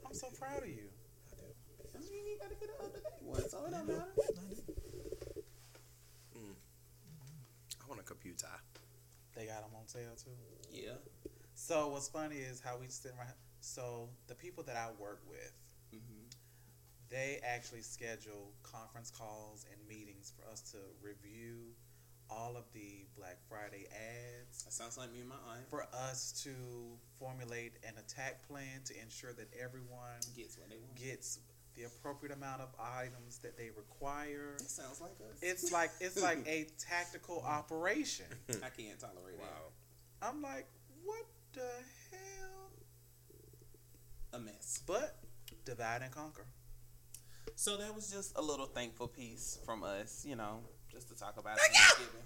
I'm so proud of you. I mean, you gotta get an up-to-date one, so it don't matter. I do. I want a computer. They got them on sale too. Yeah. So what's funny is how we sit around. So the people that I work with, Mm-hmm. they actually schedule conference calls and meetings for us to review all of the Black Friday ads That sounds like me and my aunt for us to formulate an attack plan to ensure that everyone gets what they want. gets the appropriate amount of items that they require. That sounds like us. It's like it's like a tactical operation. I can't tolerate I'm like, what the hell? that. A mess. But divide and conquer. So that was just a little thankful piece from us, you know, just to talk about Thanksgiving.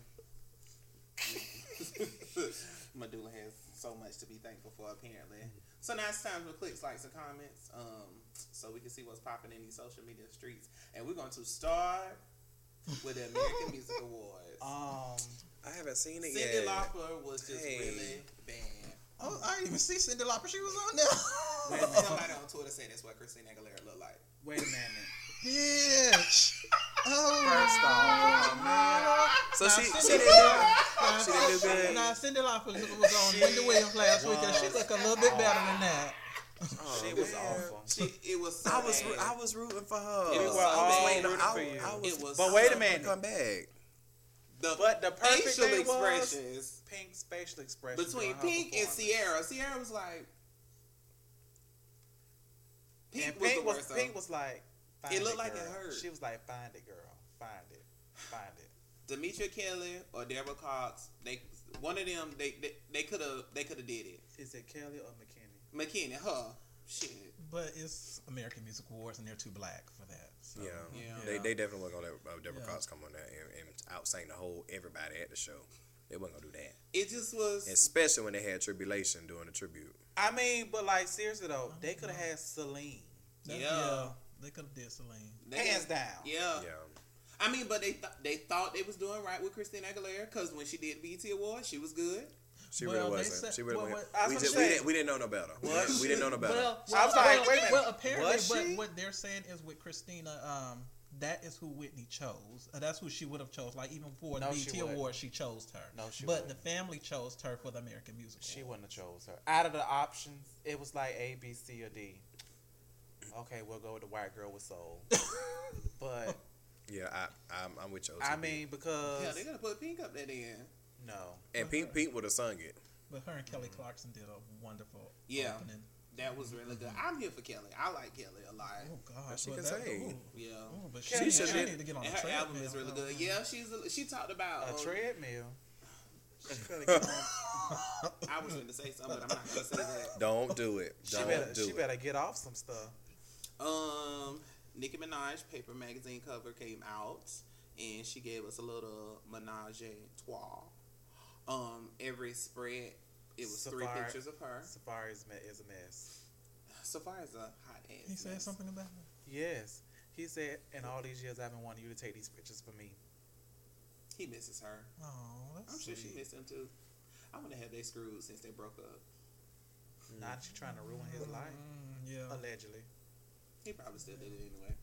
Medulla has so much to be thankful for, apparently. So now it's time for clicks, likes, and comments, um, so we can see what's popping in these social media streets. And we're going to start with the American Music Awards. Oh, Um, I haven't seen it Cindy yet. Lauper was just Hey. really bad. Oh, I didn't even see Cindy Lauper. She was on there. Wait a minute. Somebody on Twitter said that's what Christina Aguilera looked like. wait a minute. Bitch. Oh, First off, oh, So she, Cindy she didn't Lauper. do Nah, she didn't do good. Nah, Cindy Lauper was was on Wendy Williams last week, and she was looked a little bit better than that. Oh, she was man. awful. She, it was so I was bad. ru- I was rooting for her. It We was were so all bad. rooting I, for you. I was, It was But wait a so minute. Come back. The But the perfect facial thing was- expressions. Pink facial expression between during her Pink and Sierra. performance. Sierra was like, Pink And was Pink the was, worst. though. Pink was like, find looked it, like it girl. hurt. She was like, find it, girl, find it, find it. Demetria Kelly or Deborah Cox. They one of them. They they- they could have they could have did it. Is it Kelly or McKinney? McKinney, her shit. But it's American Music Awards, and they're too black for that. So. Yeah. Yeah. They, they definitely weren't gonna let uh, Deborah Yeah. Cox come on there and, and out sing the whole everybody at the show. They weren't gonna do that, It just was. especially when they had Tribulation doing the tribute. I mean, but like seriously though, they could have know. had Celine, That- Yeah. They could have did Celine. they- hands down. Yeah. Uh, Yeah, I mean, but they th- they thought they was doing right with Christina Aguilera because when she did BT Awards, she was good. She really Well, they wasn't. said- she really well, wasn't. what- I we, was just, we, gonna say- didn't, we didn't know no better. We Was didn't- We didn't know no better. Well, I well, was like, well, wait a minute. well, apparently, Was what, she? what they're saying is with Christina, um, that is who Whitney chose. Uh, that's who she would have chose. Like even for No, the she BT wouldn't. Award, she chose her. No, she But wouldn't. the family chose her for the American Music. She Award. wouldn't have chose her. Out of the options, it was like A, B, C, or D. Okay, we'll go with the white girl with soul. but yeah, I, I'm, I'm with you. I mean, because Yeah, they gotta put pink up there then. no, and uh, Pink Pink would have sung it. But her and Kelly Clarkson did a wonderful Mm. Yeah. opening. That was really good. I'm here for Kelly. I like Kelly a lot. Oh God, she well, can that- sing. ooh, Yeah. ooh, but She she, she, should be- need to get on And the her Oh, treadmill. album is really good. Yeah, she's a, she talked about Uh, a um, treadmill. I was going to say something, but I'm not going to say that. Don't do it. She Don't better, do she it. better get off some stuff. Um, Nicki Minaj paper magazine cover came out, and she gave us a little menage a trois. Um, every spread it was three Safari. pictures of her. Safari's me- is a mess. Safari's a hot ass. He said mess. something about Yes, he said. In all these years, I've been wanting you to take these pictures for me. He misses her. Oh, that's I'm sure she sweet. missed him too. I'm gonna have they screwed since they broke up. Not you trying to ruin his life, Mm, yeah, allegedly. He probably still did it anyway.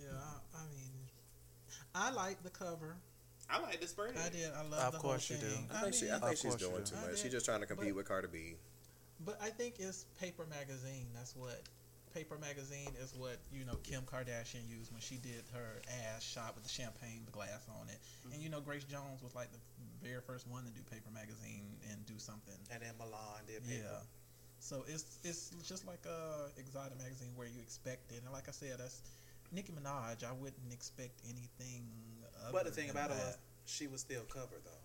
yeah. I, I mean, I like the cover. I like the spread. I did. I love. Of the course you whole do. thing. I think, she, I Of think she's course she doing do. too I much. did. She's just trying to compete But- with Cardi B. But I think it's paper magazine. That's what paper magazine is. What you know, Kim Kardashian used when she did her ass shot with the champagne the glass on it. And Mm-hmm. you know, Grace Jones was like the very first one to do paper magazine and do something. And then Milan did. Yeah. paper. So it's it's just like a exotic magazine where you expect it. And like I said, that's Nicki Minaj. I wouldn't expect anything. Other But the thing than about it that. was, she was still covered though.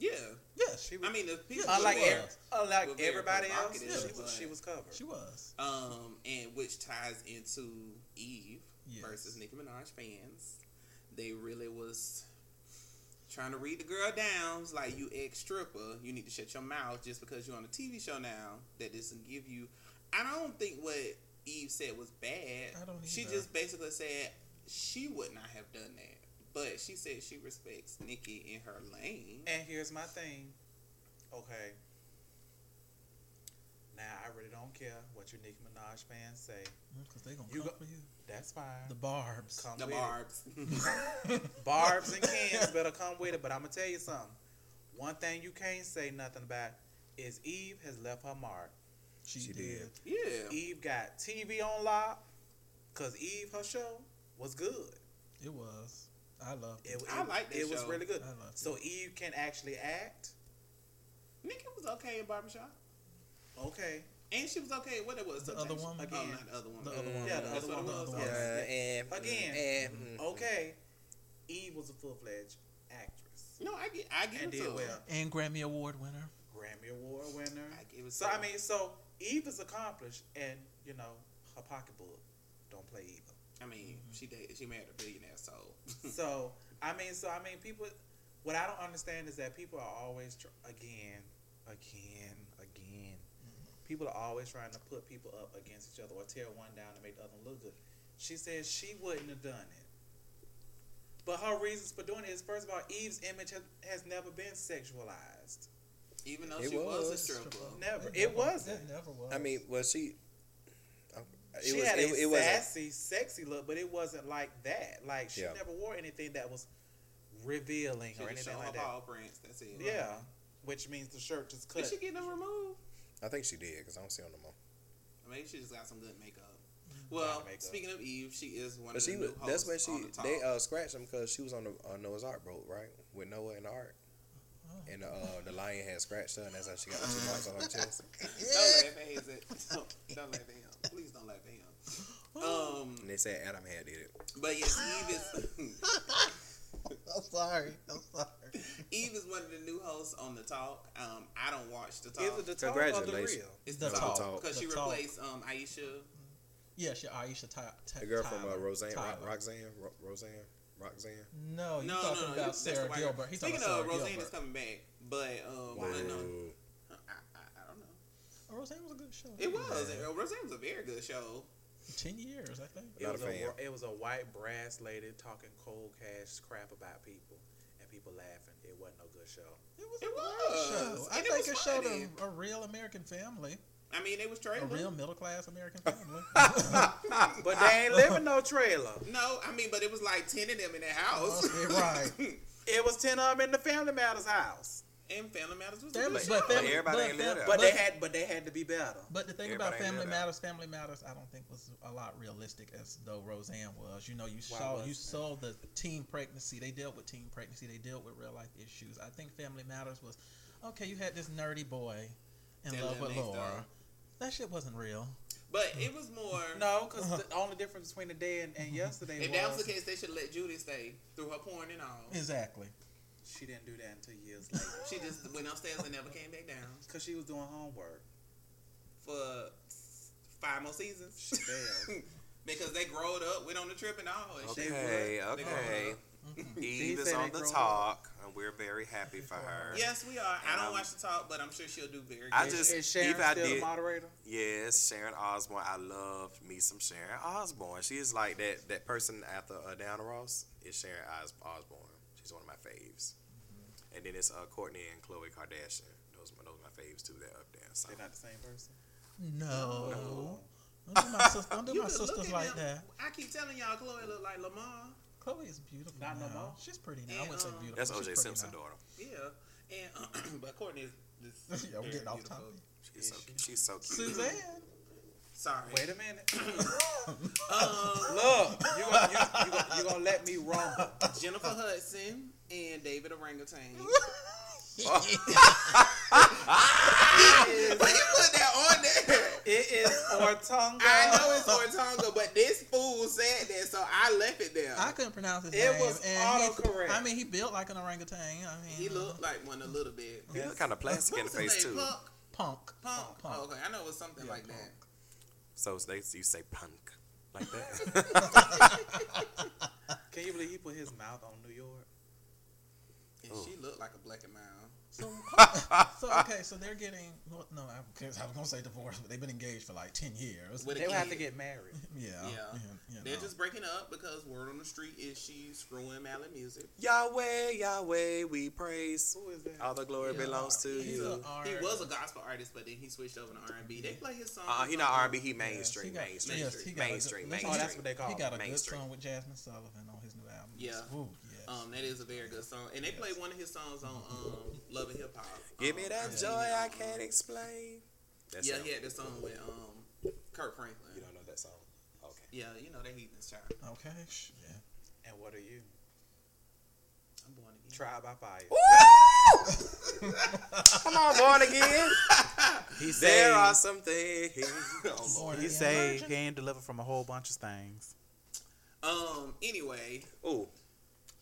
Yeah. yeah, she, She was, I mean, the people Yeah, unlike were- she er, was. unlike Were very everybody else, provocative, she was she but- was covered. she was. Um, and which ties into Eve Yes. versus Nicki Minaj fans. They really was trying to read the girl down. It's like you ex stripper, you need to shut your mouth just because you're on a TV show now that doesn't give you. I don't think what Eve said was bad. I don't She either. just basically said she would not have done that. But she said she respects Nikki in her lane. And here's my thing. Okay. Now I really don't care what your Nicki Minaj fans say. Because Mm, they gonna You come go- for you. That's fine. The Barb's. come The with barbs. it. Barbs and cans better come with it. But I'm gonna tell you something. One thing you can't say nothing about is Eve has left her mark. She, She did. did. yeah. Eve got TV on lock because Eve her show was good. It was. I loved It, it. it, I like that it was show. Uh-huh. really good. I loved it. So Eve can actually act. Nikki was okay in Barbershop. Okay. And she was okay. What it was The other Temptation- one? Oh, again, Again. not the other one. The other Uh, one. Yeah, the that's other what one, it the was. other one. yeah. Again. Mm-hmm. mm, Okay. Eve was a full fledged actress No, I get, I get and it. to did her. well. And Grammy Award winner. Grammy Award winner. I give it. So to I her. mean, so Eve is accomplished, and you know her pocketbook don't play either. I mean, she dated, she married a billionaire, so Hmm. so I mean, so I mean, people. What I don't understand is that people are always tr- again, again, again. Mm-hmm. People are always trying to put people up against each other or tear one down to make the other one look good. She says she wouldn't have done it. But her reasons for doing it is first of all, Eve's image has, has never been sexualized. even though It she was, a was. stripper, Never. It It never- wasn't. It never was. I mean, well, she. um, It she was. had It, a it wasn't. sassy, sexy look, but it wasn't like that. Like she Yeah. never wore anything that was revealing she or just showed anything her like that. ball prints. That's it. Yeah, which means the shirt just cut. Did she get them removed? I think she did because I don't see her no more. Maybe she just got some good makeup. Well, Mm-hmm. Got makeup. speaking of Eve, she is one But of she the was. new That's when hosts she on the top. they uh scratched him because she was on the on Noah's Ark boat, right? With Noah and the Ark. And uh, the lion had scratched her, and that's how she got the two marks on her chest. Don't laugh at him. Don't, don't laugh at him. Please don't laugh at him. Um, And they said Adam had did it. but yes, Eve is. I'm sorry. I'm sorry. Eve is one of the new hosts on the talk. Um, I don't watch the talk. Either the talk or the Congratulations. real. it's The the, Talk. talk. because Oh, The she Talk. replaced um, Aisha. Yeah, she Aisha Ty, Ty, The girl from Tyler, uh, Roseanne, Ro- Tyler. Roxanne, Ro- Roseanne, Roxanne. No, No, you're no, Oh, talking no. you- about that's the Sarah white- Gilbert. He's Speaking talking about of, Sarah Roseanne Gilbert. is coming back, but um, Wow. but no, I, I, I don't know. Oh, Roseanne was a good show. It was Yeah. uh, Roseanne was a very good show. ten years, I think. It Not was a a, fan. it was a white brass lady talking cold cash crap about people, and people laughing. It wasn't no good show. It was It a great was. show. I And it think was it showed funny. a, a real American family, I mean, it was a trailer. real middle class American family. But they ain't living no trailer. No, I mean, but it was like ten of them in that house. Okay, right. It was ten of them in the Family Matters house. and Family Matters was a Family, good show. but family, everybody but, ain't live fam- there. But, they but- had, but they had to be better. But the thing Everybody about ain't Family live there. Matters, Family Matters, I don't think was a lot realistic as though Roseanne was. You know, you Why saw was you it? saw the teen pregnancy. They dealt with teen pregnancy. They dealt with real life issues. I think Family Matters was okay. You had this nerdy boy in That love little with next Laura. door. That shit wasn't real. But it was more. No, because the only difference between today and, and yesterday If that was was the case, they should let Judy stay through her porn and all. Exactly. she didn't do that until years later She just went upstairs and never came back down because she was doing homework. for five more She seasons failed. because they growed up, went on the trip and all. And shit. Okay, would. They okay. Eve These is say on they the grow talk, and we're very happy for her. Yes, we are. I And don't I'm- watch the talk, but I'm sure she'll do very good. I Is- just- is Sharon if I still the did- moderator. Yes, Sharon Osbourne. I love me some Sharon Osbourne. She is like that that person after uh, Diana Ross is Sharon Os- Osbourne. She's one of my faves. And then it's uh, Courtney and Khloe Kardashian. Those are my, those are my faves too. That up there. So. They're not the same person. No. Don't do my, sis- don't do You my could look sisters at like them. that. I keep telling y'all, Chloe look like Lamar. Chloe is beautiful. Not now. no more? She's pretty now. I wouldn't say And, um, beautiful. That's She's OJ pretty Simpson's now. daughter. Yeah, and but Courtney is. is Yeah, we're very getting off beautiful. topic. She's so, Is she? she's so cute. Suzanne. Sorry. Wait a minute. Um, Look, you gonna, you, you, gonna, you gonna let me rumble. Jennifer Hudson and David Orangutan. But you put that on there. It is for Tonga. I know it's Ortonga, but this fool said that, so I left it there. I couldn't pronounce his It name. was and he- autocorrect. I mean, he built like an orangutan. I mean, he looked like one a little bit. He look kind of plastic in the What was face his too. name? Punk? punk. Punk? Punk. Oh, okay, I know it was something Yeah, like punk. that. So they you say punk like that. Can you believe he put his mouth on New York? And she looked like a black and mild. So, so okay, so they're getting well, no. I, guess I was gonna say divorced, but they've been engaged for like ten years. With a They would have to kid. get married. yeah, Yeah. yeah, They're no. just breaking up because word on the street is she's screwing Mallet Music. Yahweh, Yahweh, we praise. Who is that? All the glory Yeah. belongs to He's a uh, you. R- He was a gospel artist, but then he switched over to R&B. They play his song. Uh, he not R&B. He mainstream. Yes, he got- mainstream. yes, he got a mainstream. good- mainstream. Oh, that's what they call He it. got a good Mainstream. song with Jasmine Sullivan on his new album. Yeah. Ooh, yes. Um, that is a very good song, and they played one of his songs on um, Love and Hip Hop. Give Um, me that joy I can't explain. That's Yeah, him. he had that song with um, Kurt Franklin. You don't know that song? Okay. Yeah, you know that heathen's child. okay. sh- Yeah. And what are you? I'm born again. Trial by fire. Come on, born again. He there are saved. some things. Oh, Lord. Born He again saved. He virgin. ain't delivered from a whole bunch of things. Um. Anyway, Ooh,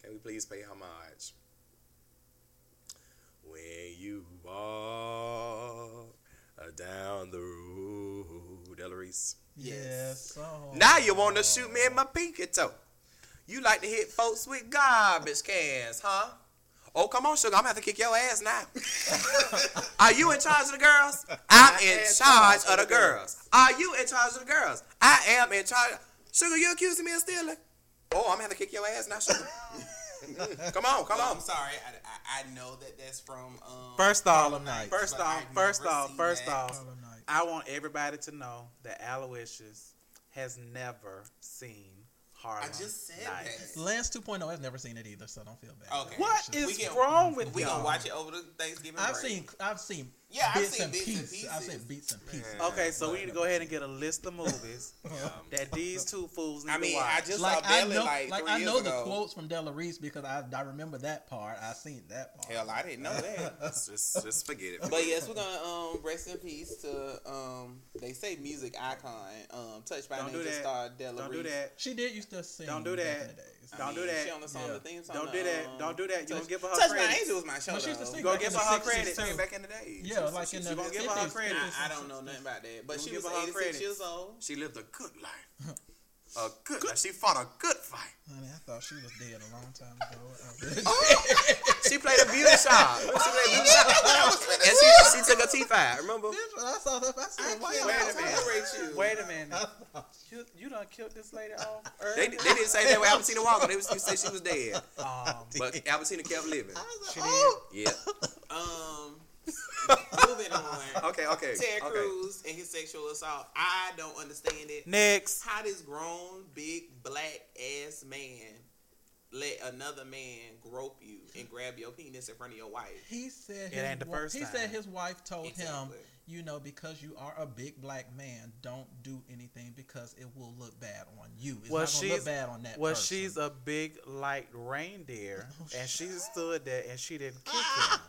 can we please pay homage? When you walk down the road, Delarice. Yes. Oh. Now you want to shoot me in my pinky toe. You like to hit folks with garbage cans, huh? Oh, come on, sugar. I'm going to have to kick your ass now. Are you in charge of the girls? I'm in charge of the girls. Are you in charge of the girls? I am in charge. Sugar, you accusing me of stealing? Oh, I'm going to have to kick your ass now, sugar. come on, come well, on. I'm sorry. I, I, I know that that's from um. First off, Harlem Nights. first But off, I've first never off, seen first that. off, Harlem Nights. I want everybody to know that Aloysius has never seen Harlem. I just said Nights. that. Lance 2.0 has never seen it either, so don't feel bad. Okay. What Shit. is We can- wrong with We y'all? gonna watch it over the Thanksgiving. I've break. seen. I've seen. Yeah, I've bits seen and bits and pieces. I've seen pieces. beats and pieces. Okay, so we need to go ahead and get a list of movies that these two fools need I mean, to watch. I just like saw I Belly know, like, like, three I years know ago. the quotes from Della Reese because I, I remember that part. I seen that part. Hell, I didn't know that. Just, just forget it. But yes, we're gonna um rest in peace to um they say music icon um touched by Don't do Ninja that. Star Della don't Reese. do that. She did used to sing. Don't do back in that. the days. Don't do that. She on the song, Yeah. the theme song. um, Don't do that. Don't do that. You gonna give her her Touched by credit. Angel was my show. But she used to though. sing Go back give in the her her 60s credit. too. back in the day. Yeah, like in the gonna give her 50s, credit. 50s, I, I don't know nothing about that, but Don't she give was her her 86 credit. years old. She lived a good life. A good, life. She fought a good fight. Honey, I thought she was dead a long time ago. I really- Oh. She played a beauty shop. She played a beauty shop. and she, she took her teeth out. Remember? Bitch, when I saw that, I said, why y'all Wait got a that? minute. Wait a minute. You, you done killed this lady off They, they early? didn't say that with Albertina Walker. They was you say she was dead, Um, but Albertina kept living. I was like, She oh. Yeah. Um, moving on. Okay. Okay. Ted Okay. Cruz and his sexual assault. I don't understand it. Next. How this grown, big, black ass man let another man grope you and grab your penis in front of your wife? He said It his ain't the wa- first He time. said his wife told Exactly. him, you know, because you are a big black man, don't do anything because it will look bad on you. It's Well, not gonna she's- look bad on that. Well, person. she's a big light reindeer, Oh, and she stood there and she didn't kick him.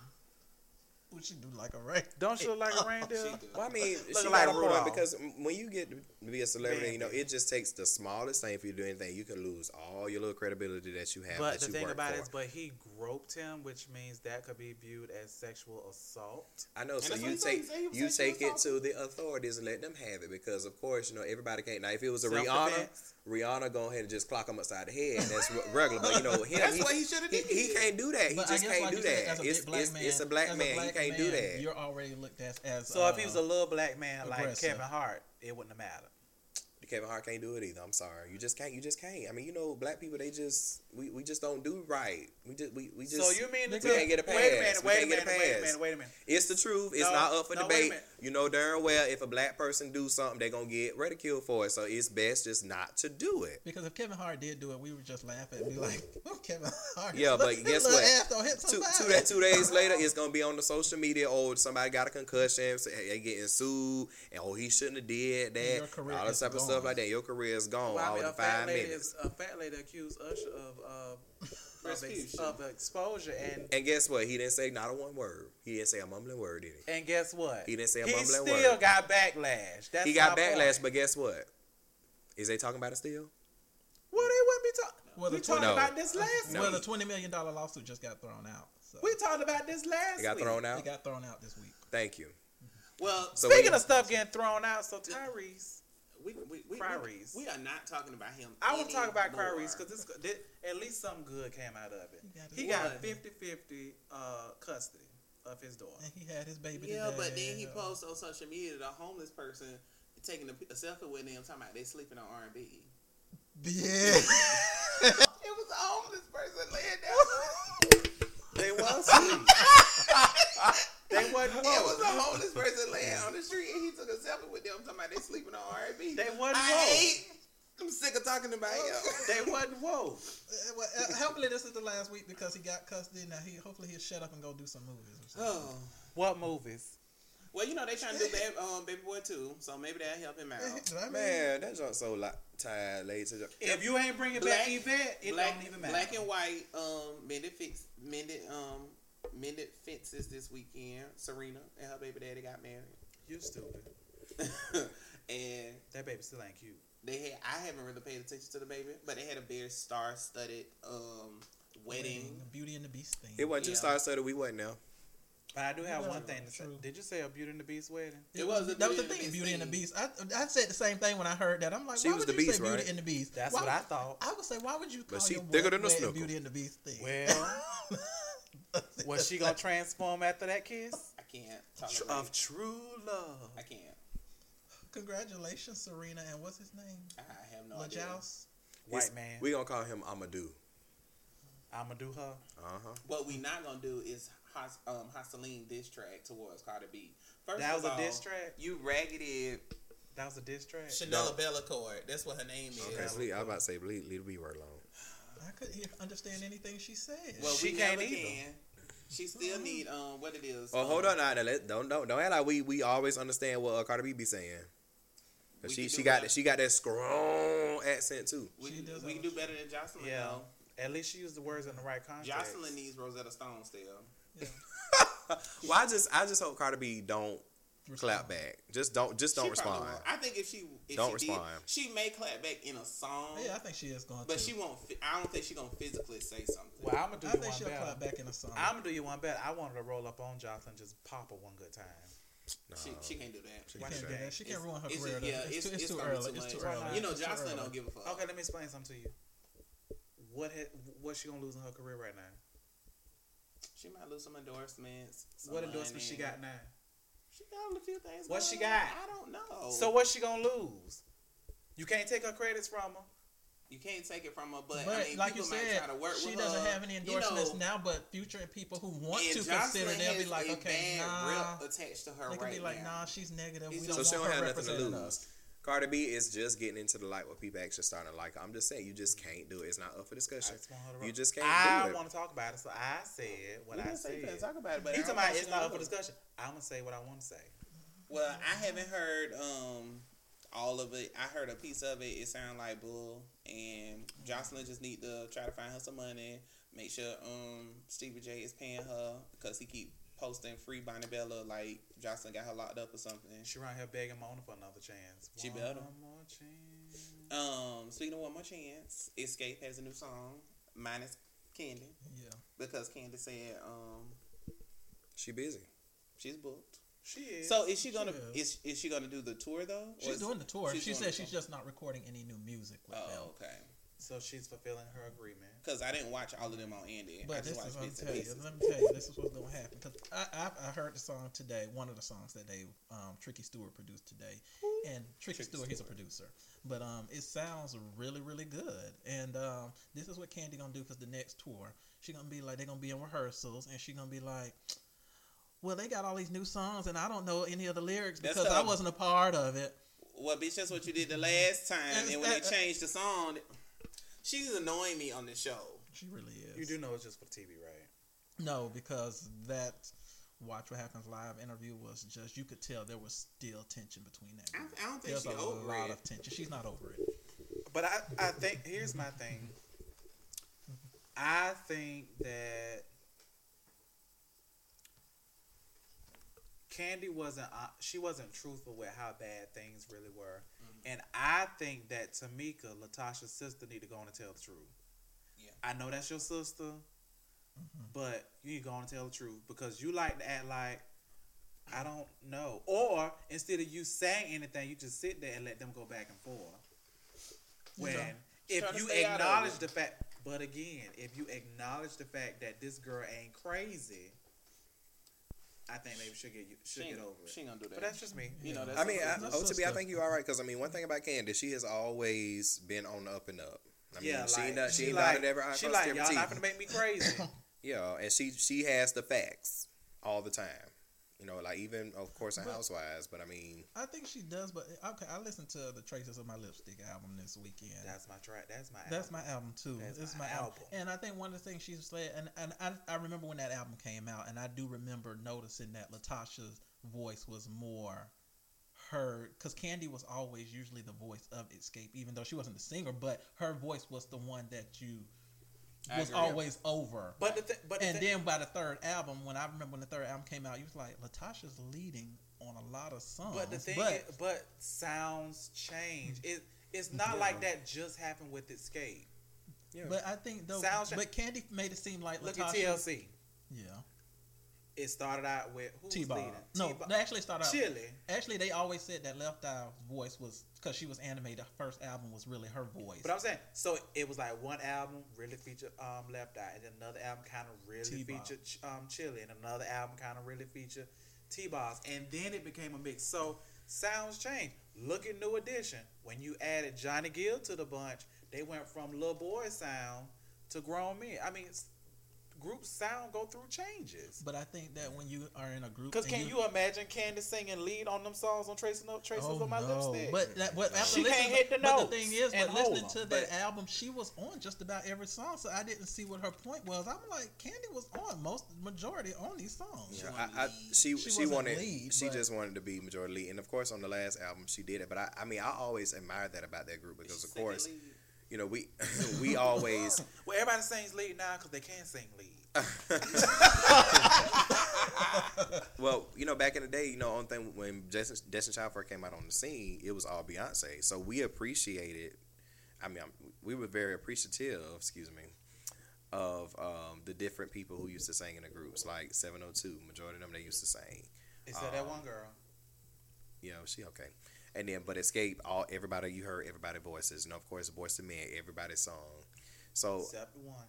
What she do like a right? Don't you look Oh, like a She reindeer? do. Well, I mean, Look she like got a point Rudolph. because when you get to be a celebrity, Man. you know, it just takes the smallest thing for you to do anything. You can lose all your little credibility that you have. But that the you thing worked about for. it is, but he groped him, which means that could be viewed as sexual assault. I know. So that's what you he said. He take said he was you sexually take it to assaulted. the authorities and let them have it because, of course, you know everybody can't. Now, if it was a Rihanna, Self-defense. Rihanna go ahead and just clock him upside the head. That's what- regular. But you know him, That's he, what he shoulda he- He did. can't do that. He But I just guess can't like do you said, that. as a It's big black it's, man, it's a black as man. black he can't do man, that. You're already looked at as. So uh, if he was a little black man like aggressive. Kevin Hart, it wouldn't have mattered. Kevin Hart can't do it either. I'm sorry. You just can't. You just can't. I mean, you know, black people they just we, we just don't do right. We just we, we just so you mean we to tell- can't get a pass. Wait a minute, We wait a can't get minute, wait a pass. minute, wait a minute. It's the truth. It's No, not up for no, wait a debate. minute. You know darn well if a black person do something, they're gonna get ridiculed for it. So it's best just not to do it. Because if Kevin Hart did do it, we would just laugh and be like, "Oh, Kevin Hart." Yeah, Look but at his guess little what? Ass don't hit Two, two, somebody. da- two days later, it's gonna be on the social media. Oh, somebody got a concussion. So they getting sued, and oh, he shouldn't have did And that. your career all this is type of stuff gone. like that. Your career is gone. Well, I all mean, in a fat five lady minutes. is a fat lady accused Usher of uh, of, of, ex, Restitution. of exposure, and And guess what? He didn't say not a one word. He didn't say a mumbling word, did he? and guess what? He didn't say a He mumbling still word. got backlash. That's he got my backlash, point. but guess what? Is they talking about it still? well, they wouldn't be talking. Well, we the talked twenty- about this last No. Well, the week. twenty million dollar lawsuit just got thrown out. So We talked about this last. It got week. thrown out. it got thrown out this week. Thank you. Well, So Speaking we- of stuff getting thrown out, so Tyrese, we, we, we, we, Priories. we are not talking about him. I want to talk about anymore. Tyrese because this, thi- at least something good came out of it. He got his He got one. 50-50 uh, custody of his daughter. And he had his baby. Yeah, today. but then he posts on social media the homeless person taking a, a selfie with him, talking about they sleeping on R and B. Yeah. It was a homeless person laying down. They was sweet. they wasn't it was woke. a homeless person laying on the street, and he took a selfie with them, talking about they sleeping on R and B. They wasn't woke. I hate. I'm sick of talking about him. They wasn't woke. Uh, well, uh, hopefully this is the last week because he got custody. Now he hopefully he'll shut up and go do some movies. Or something. Oh. What movies? Well, you know they trying to do baby, um, baby boy too, so maybe that'll help him out. Did I mean- Man, that junk so li- tired, ladies. and gen- If you ain't bringing Black- back Yvette, it black, don't even matter. black and white um, mended fix mended um, mended fences this weekend. Serena and her baby daddy got married, You stupid. and That baby still ain't cute. they had I haven't really paid attention to the baby, but they had a very star studded um, wedding. Beauty and the Beast thing. It wasn't two Yeah. stars, so that we wasn't now. But I do have No, one thing to say. true. Did you say a Beauty and the Beast wedding? It was a that was Beauty the and the thing. Beast Beauty and the thing. Beast. I, I said the same thing when I heard that. I'm like, She why was would the you Beast, say right? Beauty and the Beast? That's Why what would- I thought. I would say, why would you call But she your thicker than a wet snook. Beauty and the Beast thing? Well, was she gonna transform after that kiss? I can't talk Tr- about Of it. true love. I can't. Congratulations, Serena, and what's his name? I have no idea. LaJouse. White It's- man. We gonna call him Amadou. I'ma do her. Uh huh. What we not gonna do is hos- um, hostile diss track towards Cardi B. First That was of a all, diss track. You raggedy That was a diss track. Chanel Bellacourt. That's what her name is. Okay. I was about to say, leave, leave the B word alone. I couldn't hear- understand anything she said. Well, She we can't never either. can. She still need um what it is. Oh, um, hold on, now, now let, don't don't don't act like we we always understand what uh, Cardi B be saying. 'Cause We she can she do got that. that she got that strong accent too. We, She does we have can a- do better than Jocelyn. Yeah. though. At least she used the words in the right context. Jocelyn needs Rosetta Stone still. Well, I just I just hope Cardi B don't clap Respond. back. Just don't just don't She probably respond. won't. I think if she if Don't she respond. Did, she may clap back in a song, Yeah, I think she is going to. but she won't. fi- I don't think she gonna physically say something. Well, I'ma do I you think one she'll clap better. back in a song. I'ma do you one better. I wanted to roll up on Jocelyn, just pop her one good time. No. she, she can't do that. She Why can't can't do should do I? that. She can't It's- ruin her it's- career. though. yeah, it's, it's- too, it's it's too gonna be early. too It's too much. early. You know, It's too Jocelyn early. don't give a fuck. Okay, let me explain something to you. What ha- what's she gonna lose in her career right now? She might lose some endorsements. some what endorsement she money. got now? She got a few things. What she going on. got? I don't know. So what's she gonna lose? You can't take her credits from her. you can't take it from her, but, But I mean, like you people said, might try to work she with doesn't her. have any You endorsements know, now. But future and people who want and to Johnson consider, they'll be has like, a okay, bad nah. rep attached to her They could right be like, now. nah, she's negative. We So don't So she want don't her have nothing to representing lose. us. Cardi B is just getting into the light where people actually starting to like her. I'm just saying, you just can't do it. It's not up for discussion. just want her to You rock. just can't I do it. want to talk about it, so I said what We I didn't say said. you couldn't talk about it, but He I don't talking about know it's she not gonna up for do it. discussion. I'm gonna say what I want to say. Well, I haven't heard um all of it. I heard a piece of it. It sounded like bull. And Jocelyn just need to try to find her some money. Make sure um Stevie J is paying her because he keep posting free Bonnie Bella like Jocelyn got her locked up or something. She around here begging Mona for another chance. She One better. more chance. Um, speaking of one more chance, Escape has a new song minus Candy Yeah. because Candy said um She busy. she's booked. She is. So is she gonna She is is she gonna do the tour though? Or She's is- doing the tour. she's She doing said the she's tour. just not recording any new music with Oh, them. okay. so she's fulfilling her agreement. Because I didn't watch all of them on Andy. I But just this is watched what I'm bits and telling you. pieces. Let me tell you, this is what's gonna happen. Cause I, I I heard the song today, one of the songs that they um Tricky Stewart produced today, and Tricky, Stewart, he's a producer, but um it sounds really really good. And um this is what Candy gonna do because the next tour she gonna be like they're gonna be in rehearsals and she gonna be like. Well, they got all these new songs, and I don't know any of the lyrics That's because I how- wasn't a part of it. Well, bitch, that's what you did the last time, It's and when they that- changed the song, she's annoying me on the show. She really is. You do know it's just for TV, right? No, because that Watch What Happens Live interview was just, you could tell there was still tension between that. I, group. I don't think There's she a over lot it. of tension. She's not over it. But I, I think here's my thing. I think that Candy wasn't uh, she wasn't truthful with how bad things really were, and I think that Tamika, Latasha's sister, need to go on and tell the truth. Yeah. I know that's your sister, but you need to go on and tell the truth because you like to act like I don't know, or instead of you saying anything, you just sit there and let them go back and forth. When Yeah. Try to if you stay out of acknowledge it. the fact, but again, if you acknowledge the fact that this girl ain't crazy, I think maybe she'll get you She should ain't, get over she it. ain't gonna do that. But that's just me. you know. That's I mean, I, oh, That's OTB, I sister. think you're all right. Because I mean, one thing about Candy, she has always been on the up and up. I mean, yeah, she like, not, she, she not like, at every eye she crossed like every y'all T. not gonna make me crazy. Yeah, and she she has the facts all the time. You know, like even of course in But- Housewives, but I mean, I think she does, but okay, I listened to the Traces of My Lipstick album this weekend. That's, that's my track. That's my. my album too. That's it's my my, album. album. And I think one of the things she said, and, and I, I remember when that album came out, and I do remember noticing that Latasha's voice was more heard because Candy was always usually the voice of Escape, even though she wasn't the singer, but her voice was the one that you I was agree. always over. But the th- but the and thi- then by the third album, when I remember when the third album came out, you was like, Latasha's leading on a lot of songs. But the thing, but is, but sounds change. It it's not like that just happened with Escape. But I think though, Sounds- but Candy made it seem like Look Latasha. at TLC. Yeah, It started out with who's T Bob. leading? No, T-Bob. they actually started out. Chili. Actually, they always said that Left Eye voice was because she was animated. Her first album was really her voice. But I'm saying, so it was like one album really featured um, Left Eye, and then another album kind of really T-Bob. featured Ch- um, Chili, and another album kind of really featured T-Boss, and then it became a mix. So sounds change. Look at New Edition. When you added Johnny Gill to the bunch, they went from little boy sound to grown men. I mean, it's, group sound go through changes. But I think that when you are in a group, Cause and can you imaging Candace singing lead on them songs on Tracing Up Traces Oh of My no! Lipstick? But that, but after She can't listening, hit the but notes the thing is, and but hold listening to them, that but- album, she was on just about every song, so I didn't see what her point was. I'm like, Candy was on most majority on these songs. Yeah, I, I, she She she, wasn't wanted lead, she but- just wanted to be majority lead, and of course on the last album she did it. But I, I mean I always admired that about that group because of course you know we we always well, everybody sings lead now because they can sing lead. well you know back in the day you know on thing when Jason Destin Child first came out on the scene it was all Beyonce so we appreciated I mean I'm, we were very appreciative excuse me of um, the different people who used to sing in the groups like 702 majority of them they used to sing Except that Oh. one girl. you know, she okay. And then, but escape all everybody you heard everybody voices, and of course, voice to man everybody's song. So Except one.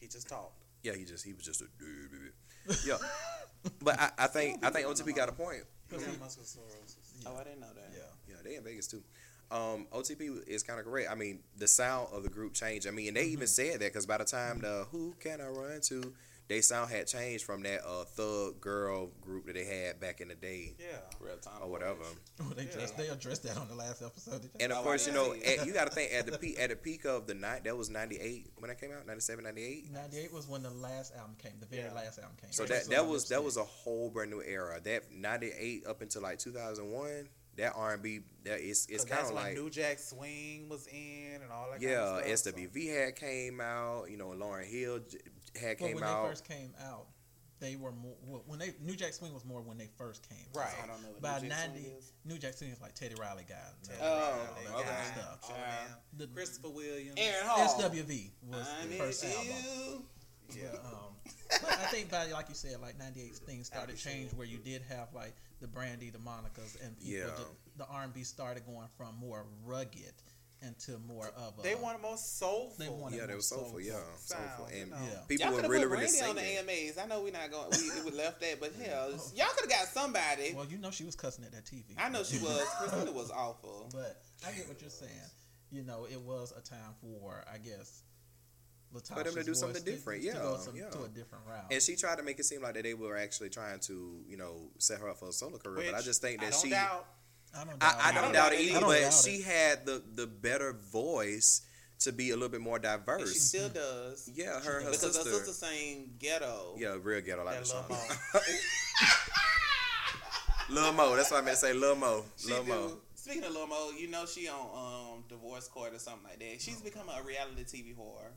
He just talked. yeah, he just he was just a dude. yeah. But I, I think I think OTP got a point. Because of muscle sclerosis. Oh, I didn't know that. Yeah. Yeah, they in Vegas too. Um, OTP is kind of correct. I mean, the sound of the group changed. I mean, and they even said that because by the time the Who Can I Run To, they sound had changed from that uh, thug girl group that they had back in the day Yeah. Real time. or Oh, whatever. Well, they Yeah. addressed they addressed that on the last episode. didn't they? And of Oh, I course, you didn't know, see it. at, you got to think at the peak at the peak of the night that was '98 when that came out, '97, '98. 98 was when the last album came, the very Yeah. last album came. So Trace that that on was that was a Lipstick. whole brand new era. That '98 up until like 2001, that R&B that it's it's 'Cause kind that's of when like New Jack Swing was in and all that. yeah, kind of stuff, so- SWV had came out. You know, Lauren Hill j- had Well, came when out. they first came out, they were more well, when they New Jack Swing was more when they first came. out. Right. I don't know. What By New Jack Swing 90, is. New Jack Swing is like Teddy Riley guy. no, Teddy Oh, Riley, okay. all that Okay. stuff. Child. The Christopher Williams. Aaron Hall. SWV was I the miss first you. album. Yeah. But, um, but I think by like you said, like '98 things started to Appreciate change where you did have like the Brandy, the Monicas, and people. Yeah. ju- the R&B started going from more rugged into more of a. They wanted more soulful. They wanted- Yeah, they were soulful soulful. Yeah, sound, soulful, you and know. Yeah. people y'all were could have really put really Brandy on the singing. AMAs. I know we're not going. We, we left that, but hell, y'all could have got somebody. Oh. Well, you know she was cussing at that TV. I know she was. Christina was awful. But I get what you're saying. You know, it was a time for, I guess, them Latasha's to do voice something different, to go yeah, some, yeah. to a different route. And she tried to make it seem like that they were actually trying to, you know, set her up for a solo career. but I Which just think I that don't she, doubt. I don't doubt, I, I don't I doubt don't it either. doubt But it. she had the the better voice to be a little bit more And she diverse. still does. Yeah, her her because sister. her sister sang ghetto. Yeah, real ghetto like That Lil Deshaun. Lil Mo, that's what I meant to say. Lil Mo, She Lil Mo. do. Speaking of Lil Mo, you know she on um divorce court or something like that. She's become a reality TV whore.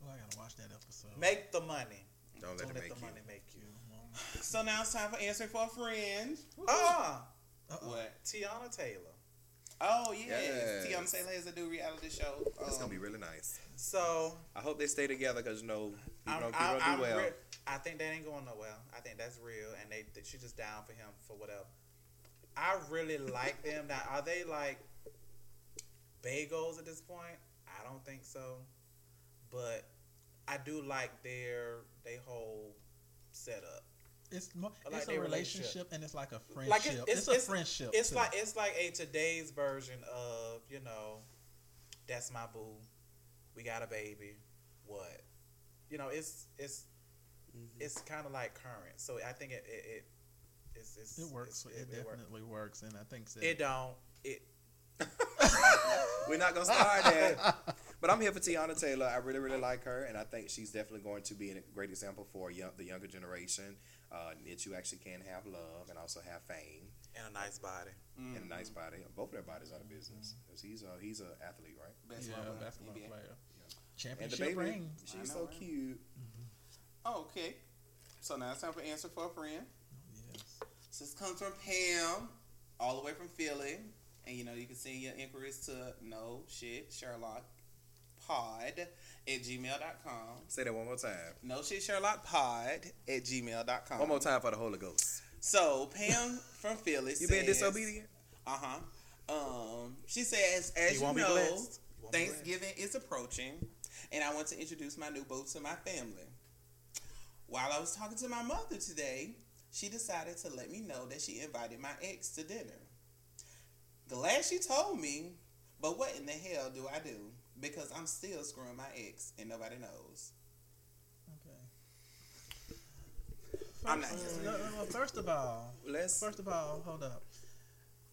Oh, I gotta watch that episode. Make the money. Don't let Don't it let make the you. money make you. So now it's time for answering for a friend. Oh. Ah, Uh-oh. What? Tiana Taylor. Oh Yes. yes. Tiana Taylor has a new reality show. It's Um, gonna be really nice. So I hope they stay together because you know people I'm, don't, people I'm, don't I'm do well. re- I think that ain't going nowhere. I think that's real, and they that she just down for him for whatever. I really like them now. Are they like bagels at this point? I don't think so, but I do like their they whole setup. It's mo- I like it's a their relationship, relationship. and it's like a friendship. Like, it- it's, it's- a it's- friendship. It's too. like it's like a today's version of you know, that's my boo, we got a baby, what, you know, it's it's Mm-hmm. it's kind of like current. So I think it it, it it's, it's it works. it's- It, works. definitely works, and I think so. It don't. It We're not gonna start that. But I'm here for Tiana Taylor. I really, really like her, and I think she's definitely going to be a great example for young, the younger generation uh, that you actually can have love and also have fame and a nice body. Um, and a nice body. Both of their bodies are the business. 'Cause he's a he's an athlete, right? mm, yeah, Basketball player, basketball NBA. player. And the Championship baby, ring. I know, she's so right? cute. Oh, okay. So now it's time for answer for a friend. Yes. So this comes from Pam, all the way from Philly. And you know, you can send your inquiries to no shit Sherlock pod at gmail.com. Say that one more time. No shit Sherlock pod at gmail.com. One more time for the Holy Ghost. So Pam from Philly You being says- disobedient? Uh-huh. Um, she says, as you, won't be know, blessed. You won't be blessed. Thanksgiving is approaching, and I want to introduce my new boo to my family. While I was talking to my mother today, she decided to let me know that she invited my ex to dinner. Glad she told me, but what in the hell do I do? Because I'm still screwing my ex, and nobody knows. Okay. I'm not First- just- no, no, no, first of all, Let's. First of all, hold up.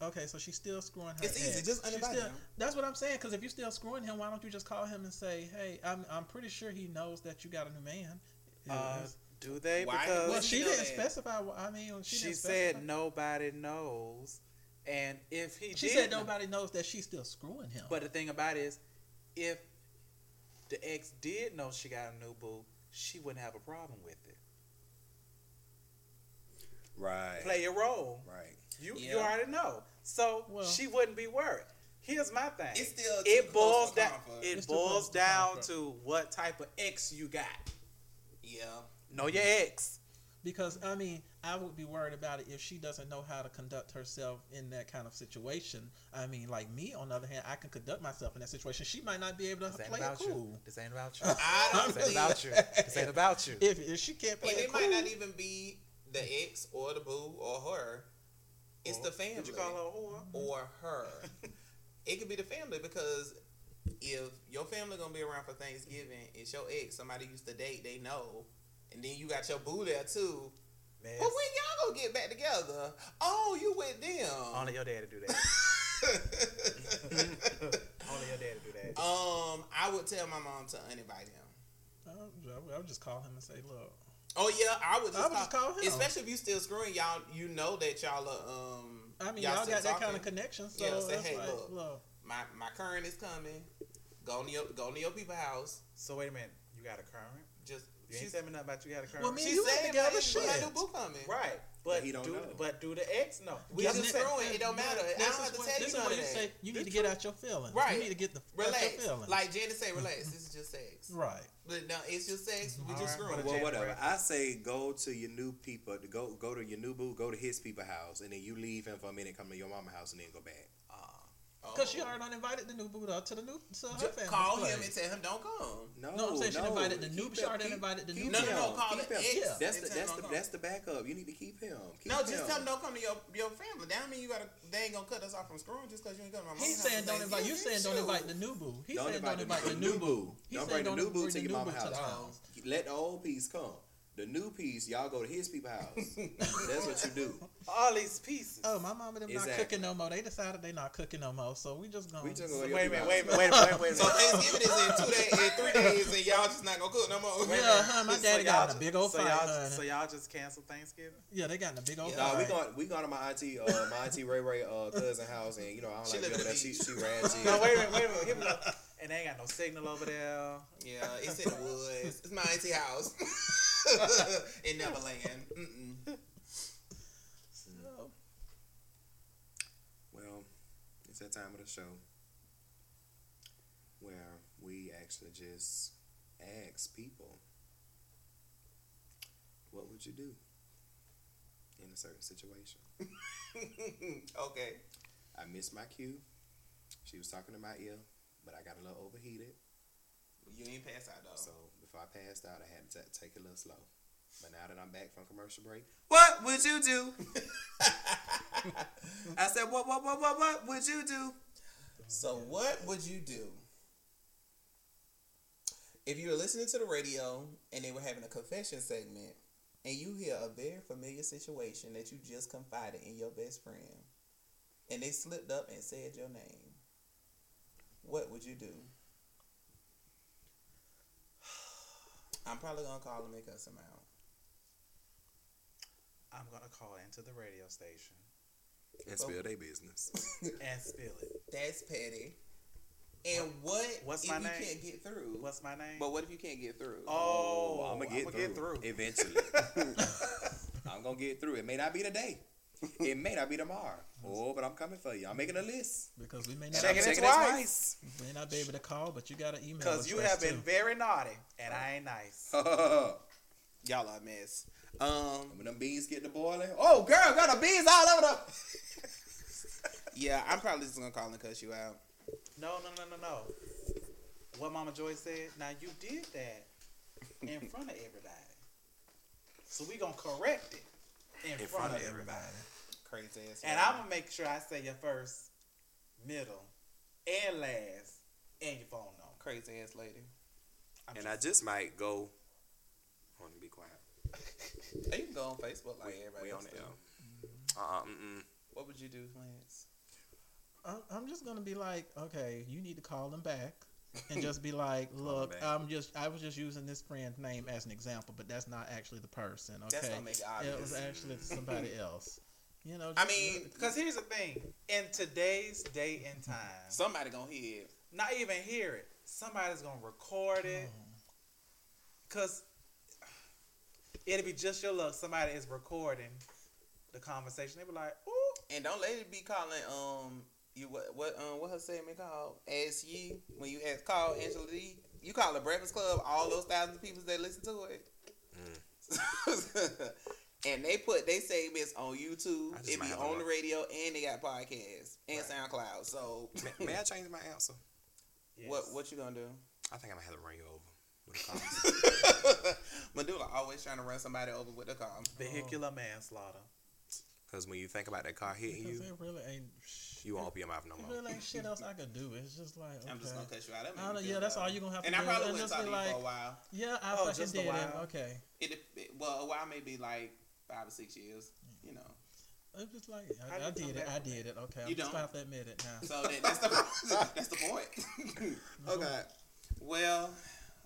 Okay, so she's still screwing her. It's easy, ex. just She's uninvite still- him. That's what I'm saying. Because if you're still screwing him, why don't you just call him and say, "Hey, I'm I'm pretty sure he knows that you got a new man." Uh, Yes. do they? Why- Because well, does she she know didn't that? specify. wh- I mean, she, she, didn't said specify. nobody knows, and if he She did said know- nobody knows that she's still screwing him. But the thing about it is, if the ex did know she got a new boo, she wouldn't have a problem with it. Right. Play your role. Right. You you Yeah. already know. So Well- she wouldn't be worried. Here's my thing. It's still too it boils close for down comfort. it It's too close boils for down comfort. to what type of ex you got. Yeah. Know your ex. Because I mean, I would be worried about it if she doesn't know how to conduct herself in that kind of situation. I mean, like me, on the other hand, I can conduct myself in that situation. She might not be able to This ain't play it about cool. you. This ain't about you. I don't This ain't believe about you. This ain't about you. If, if she can't play And it it cool, might not even be the ex or the boo or her. It's the family. Did you call her a whore? or her. it could be the family because if your family gonna be around for Thanksgiving, it's your ex, somebody used to date, they know, and then you got your boo there too. Man, But when y'all gonna get back together? Oh, you with them? only your daddy do that. only your daddy do that. um, I would tell my mom to uninvite him. I would just call him and say, "Look, Oh yeah, I would just, I would just call him. Especially if you still screwing y'all, you know that y'all are. Um, I mean, y'all, still got that kind talking. of connection, so Yeah, say, that's "Hey, like, look." look, My my current is coming. Go to your go to your people house. So wait a minute. You got a current? Just You ain't she's telling me nothing about you got a current. Well, me and She you said ain't together, my- my shit." new boo coming. Right, but he don't do, know. but do the ex no? We This just is- screwing. It don't matter. I This don't is have to what- tell this you is none where of you that. say you need to get out your feelings. Right. You need to get the out your relax. feelings. Like Janet say, relax. This is just sex. right. But no, it's just sex. We All just right, screwing. but- Well, January. whatever. I say go to your new people. To go go to your new boo. Go to his people house, and then you leave him for a minute. Come to your mama house, and then go back. Because she already invited the new Buddha to the new to her Just Oh. family. call Like, him and tell him don't come. No, No, I'm saying she no. invited the new- Keep she him- already keep- invited the keep new No, no, him. no. Call Keep the him. ex. Yeah. That's and the tell that's him the don't that's come. the backup. You need to keep him. Keep No, just him. tell him don't come to your your family. That don't mean you gotta. They ain't gonna cut us off from screwing just because you ain't coming. to my mom's He's house saying don't today. invite. You Yeah, saying don't shoot. invite the new boo. He's Don't saying don't invite invite the the new new boo. boo. He Don't said bring the don't new boo bring to the your new mama boo to house. the house. Let the old piece come. The new piece, y'all go to his people house. That's what you do. All these pieces. Oh, my mom and them not Exactly. cooking no more. They decided they not cooking no more, so we just gonna. We just go to your wait a people minute, wait a house. minute, wait a minute, wait a minute. So Thanksgiving is in two days, in three days, and y'all just not gonna cook no more. Yeah, hun, my daddy got in a big old so fight, y'all, hun. so y'all just canceled Thanksgiving? Yeah, they got in a big old. Yeah. Nah, we fight. going we going to my auntie uh, my auntie Ray Ray uh, cousin house and you know I don't She like to live go in there. the She beach. she ratchet. No, wait a minute, wait a minute. Here we go. And they ain't got no signal over there. Yeah, it's in the woods. It's my auntie house in Neverland. Mm-mm. So, Well, it's that time of the show where we actually just ask people, what would you do in a certain situation? okay. I missed my cue. She was talking in my ear, but I got a little overheated. You ain't pass out though. So before I passed out, I had to t- take it a little slow. But now that I'm back from commercial break, what would you do? I said, what, what, what, what, what would you do? So, what would you do if you were listening to the radio and they were having a confession segment and you hear a very familiar situation that you just confided in your best friend and they slipped up and said your name? What would you do? I'm probably gonna call and make us out. I'm gonna call into the radio station And spill their business. and spill it. That's petty. And what What's if my you name? can't get through? What's my name? but what if you can't get through? oh, I'm gonna get, through, eventually. I'm gonna get through. It may not be today. It may not be tomorrow. Oh, but I'm coming for you. I'm making a list. because we may not Check Checking it I'm twice. checking it twice. may not be able to call, but you got an email. Because you address, have been too. very naughty, and I ain't nice. Y'all are a mess. Um, when them beans get to boiling, oh girl, got the beans all over the. yeah, I'm probably just gonna call and cuss you out. No, no, no, no, no. What Mama Joy said. Now you did that in front of everybody. So we gonna correct it in, front, of everybody. Crazy ass. And I'm gonna make sure I say your first, middle, and last, and your phone number. crazy ass lady. And I just might go. I want to be quiet. Oh, you can go on Facebook like everybody We on else. it. do. Uh uh. mm-mm. What would you do, Lance? I'm, I'm just gonna be like, okay, you need to call them back, and just be like, look, back. I'm just, I was just using this friend's name as an example, but that's not actually the person. Okay, That's gonna make it it was obvious. actually somebody else. You know, I just mean, look- Cause here's the thing: in today's day and time, Somebody gonna hear. it. not even hear it. Somebody's gonna record it. Cause it'll be just your luck. Somebody is recording the conversation. They be like, "Ooh, And don't let it be calling um you what what um what her segment called? Ask ye when you ask call Angela D. You Mm. call it Breakfast Club, all those thousands of people that listen to it. and they put they segments on YouTube. I just It might be have to on the look. radio, and they got podcasts and Right. SoundCloud. So May, may I change my answer? what what you gonna do? I think I'm gonna have to run you over with a car. Medulla always trying to run somebody over with a car. Vehicular manslaughter. Because when you think about that car hitting Because you, there really ain't. sh- you won't open your mouth no There more. really ain't shit else I could do. It's just like okay. I'm just gonna cut you out. That made I me don't, feel yeah, that's bad. all you're gonna have to And do. I probably and wouldn't just talk be to you like, for a while. yeah, I Oh, fucking just a did it. while. Okay. It, it well, a while may be like five or six years. You know. It's just like How do I, I you come did it. back I from did it. Okay, I'm You just don't. about to admit it now. So that, that's the that's the point. okay. Well,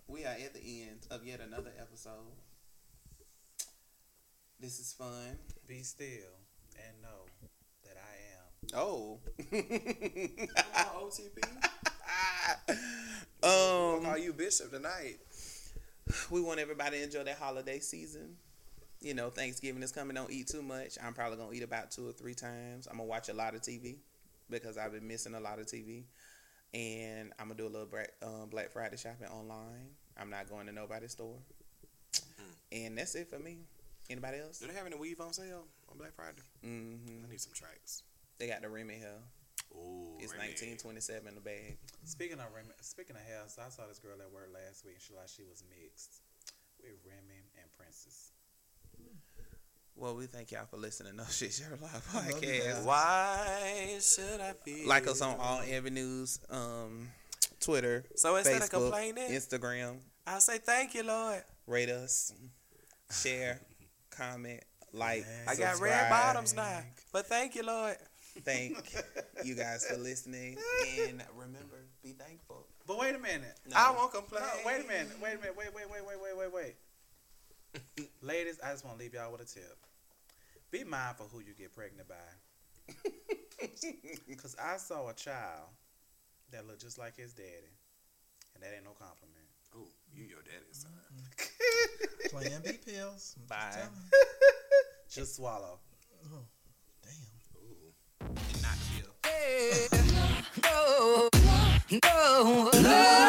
we are at the end of yet another episode. This is fun. Be still and know that I am. Oh. OTP. um, Call you Bishop tonight. we want everybody to enjoy their holiday season. You know, Thanksgiving is coming. Don't eat too much. I'm probably gonna eat about two or three times. I'm gonna watch a lot of TV because I've been missing a lot of TV, and I'm gonna do a little Black, um, Black Friday shopping online. I'm not going to nobody's store, and that's it for me. Anybody else? Do they have any weave on sale on Black Friday? Mm-hmm. I need some tracks. They got the Remy Hill. Ooh, It's Remy. 1927 the bag. Speaking of Remy, speaking of hair, so I saw this girl at work last week. and She like she was mixed with Remy and Princess. Well, we thank y'all for listening to No Shit Share Live love you podcast. guys. Why should I feel Like us on all avenues, um, Twitter, So instead of Facebook, complaining, Instagram. I say thank you, Lord. Rate us, share, comment, like. I got subscribe. red bottoms now, but thank you, Lord. Thank you guys for listening, and remember, be thankful. But wait a minute. I won't complain. No, uh, wait a minute. Wait a minute. Wait, wait, wait, wait, wait, wait, wait. Ladies, I just want to leave y'all with a tip. Be mindful who you get pregnant by. Because I saw a child that looked just like his daddy. And that ain't no compliment. Ooh, you your daddy, son. Plan B pills. I'm just Bye. telling you. Just swallow. Oh, damn. Ooh. And not kill. Hey, go, go, go.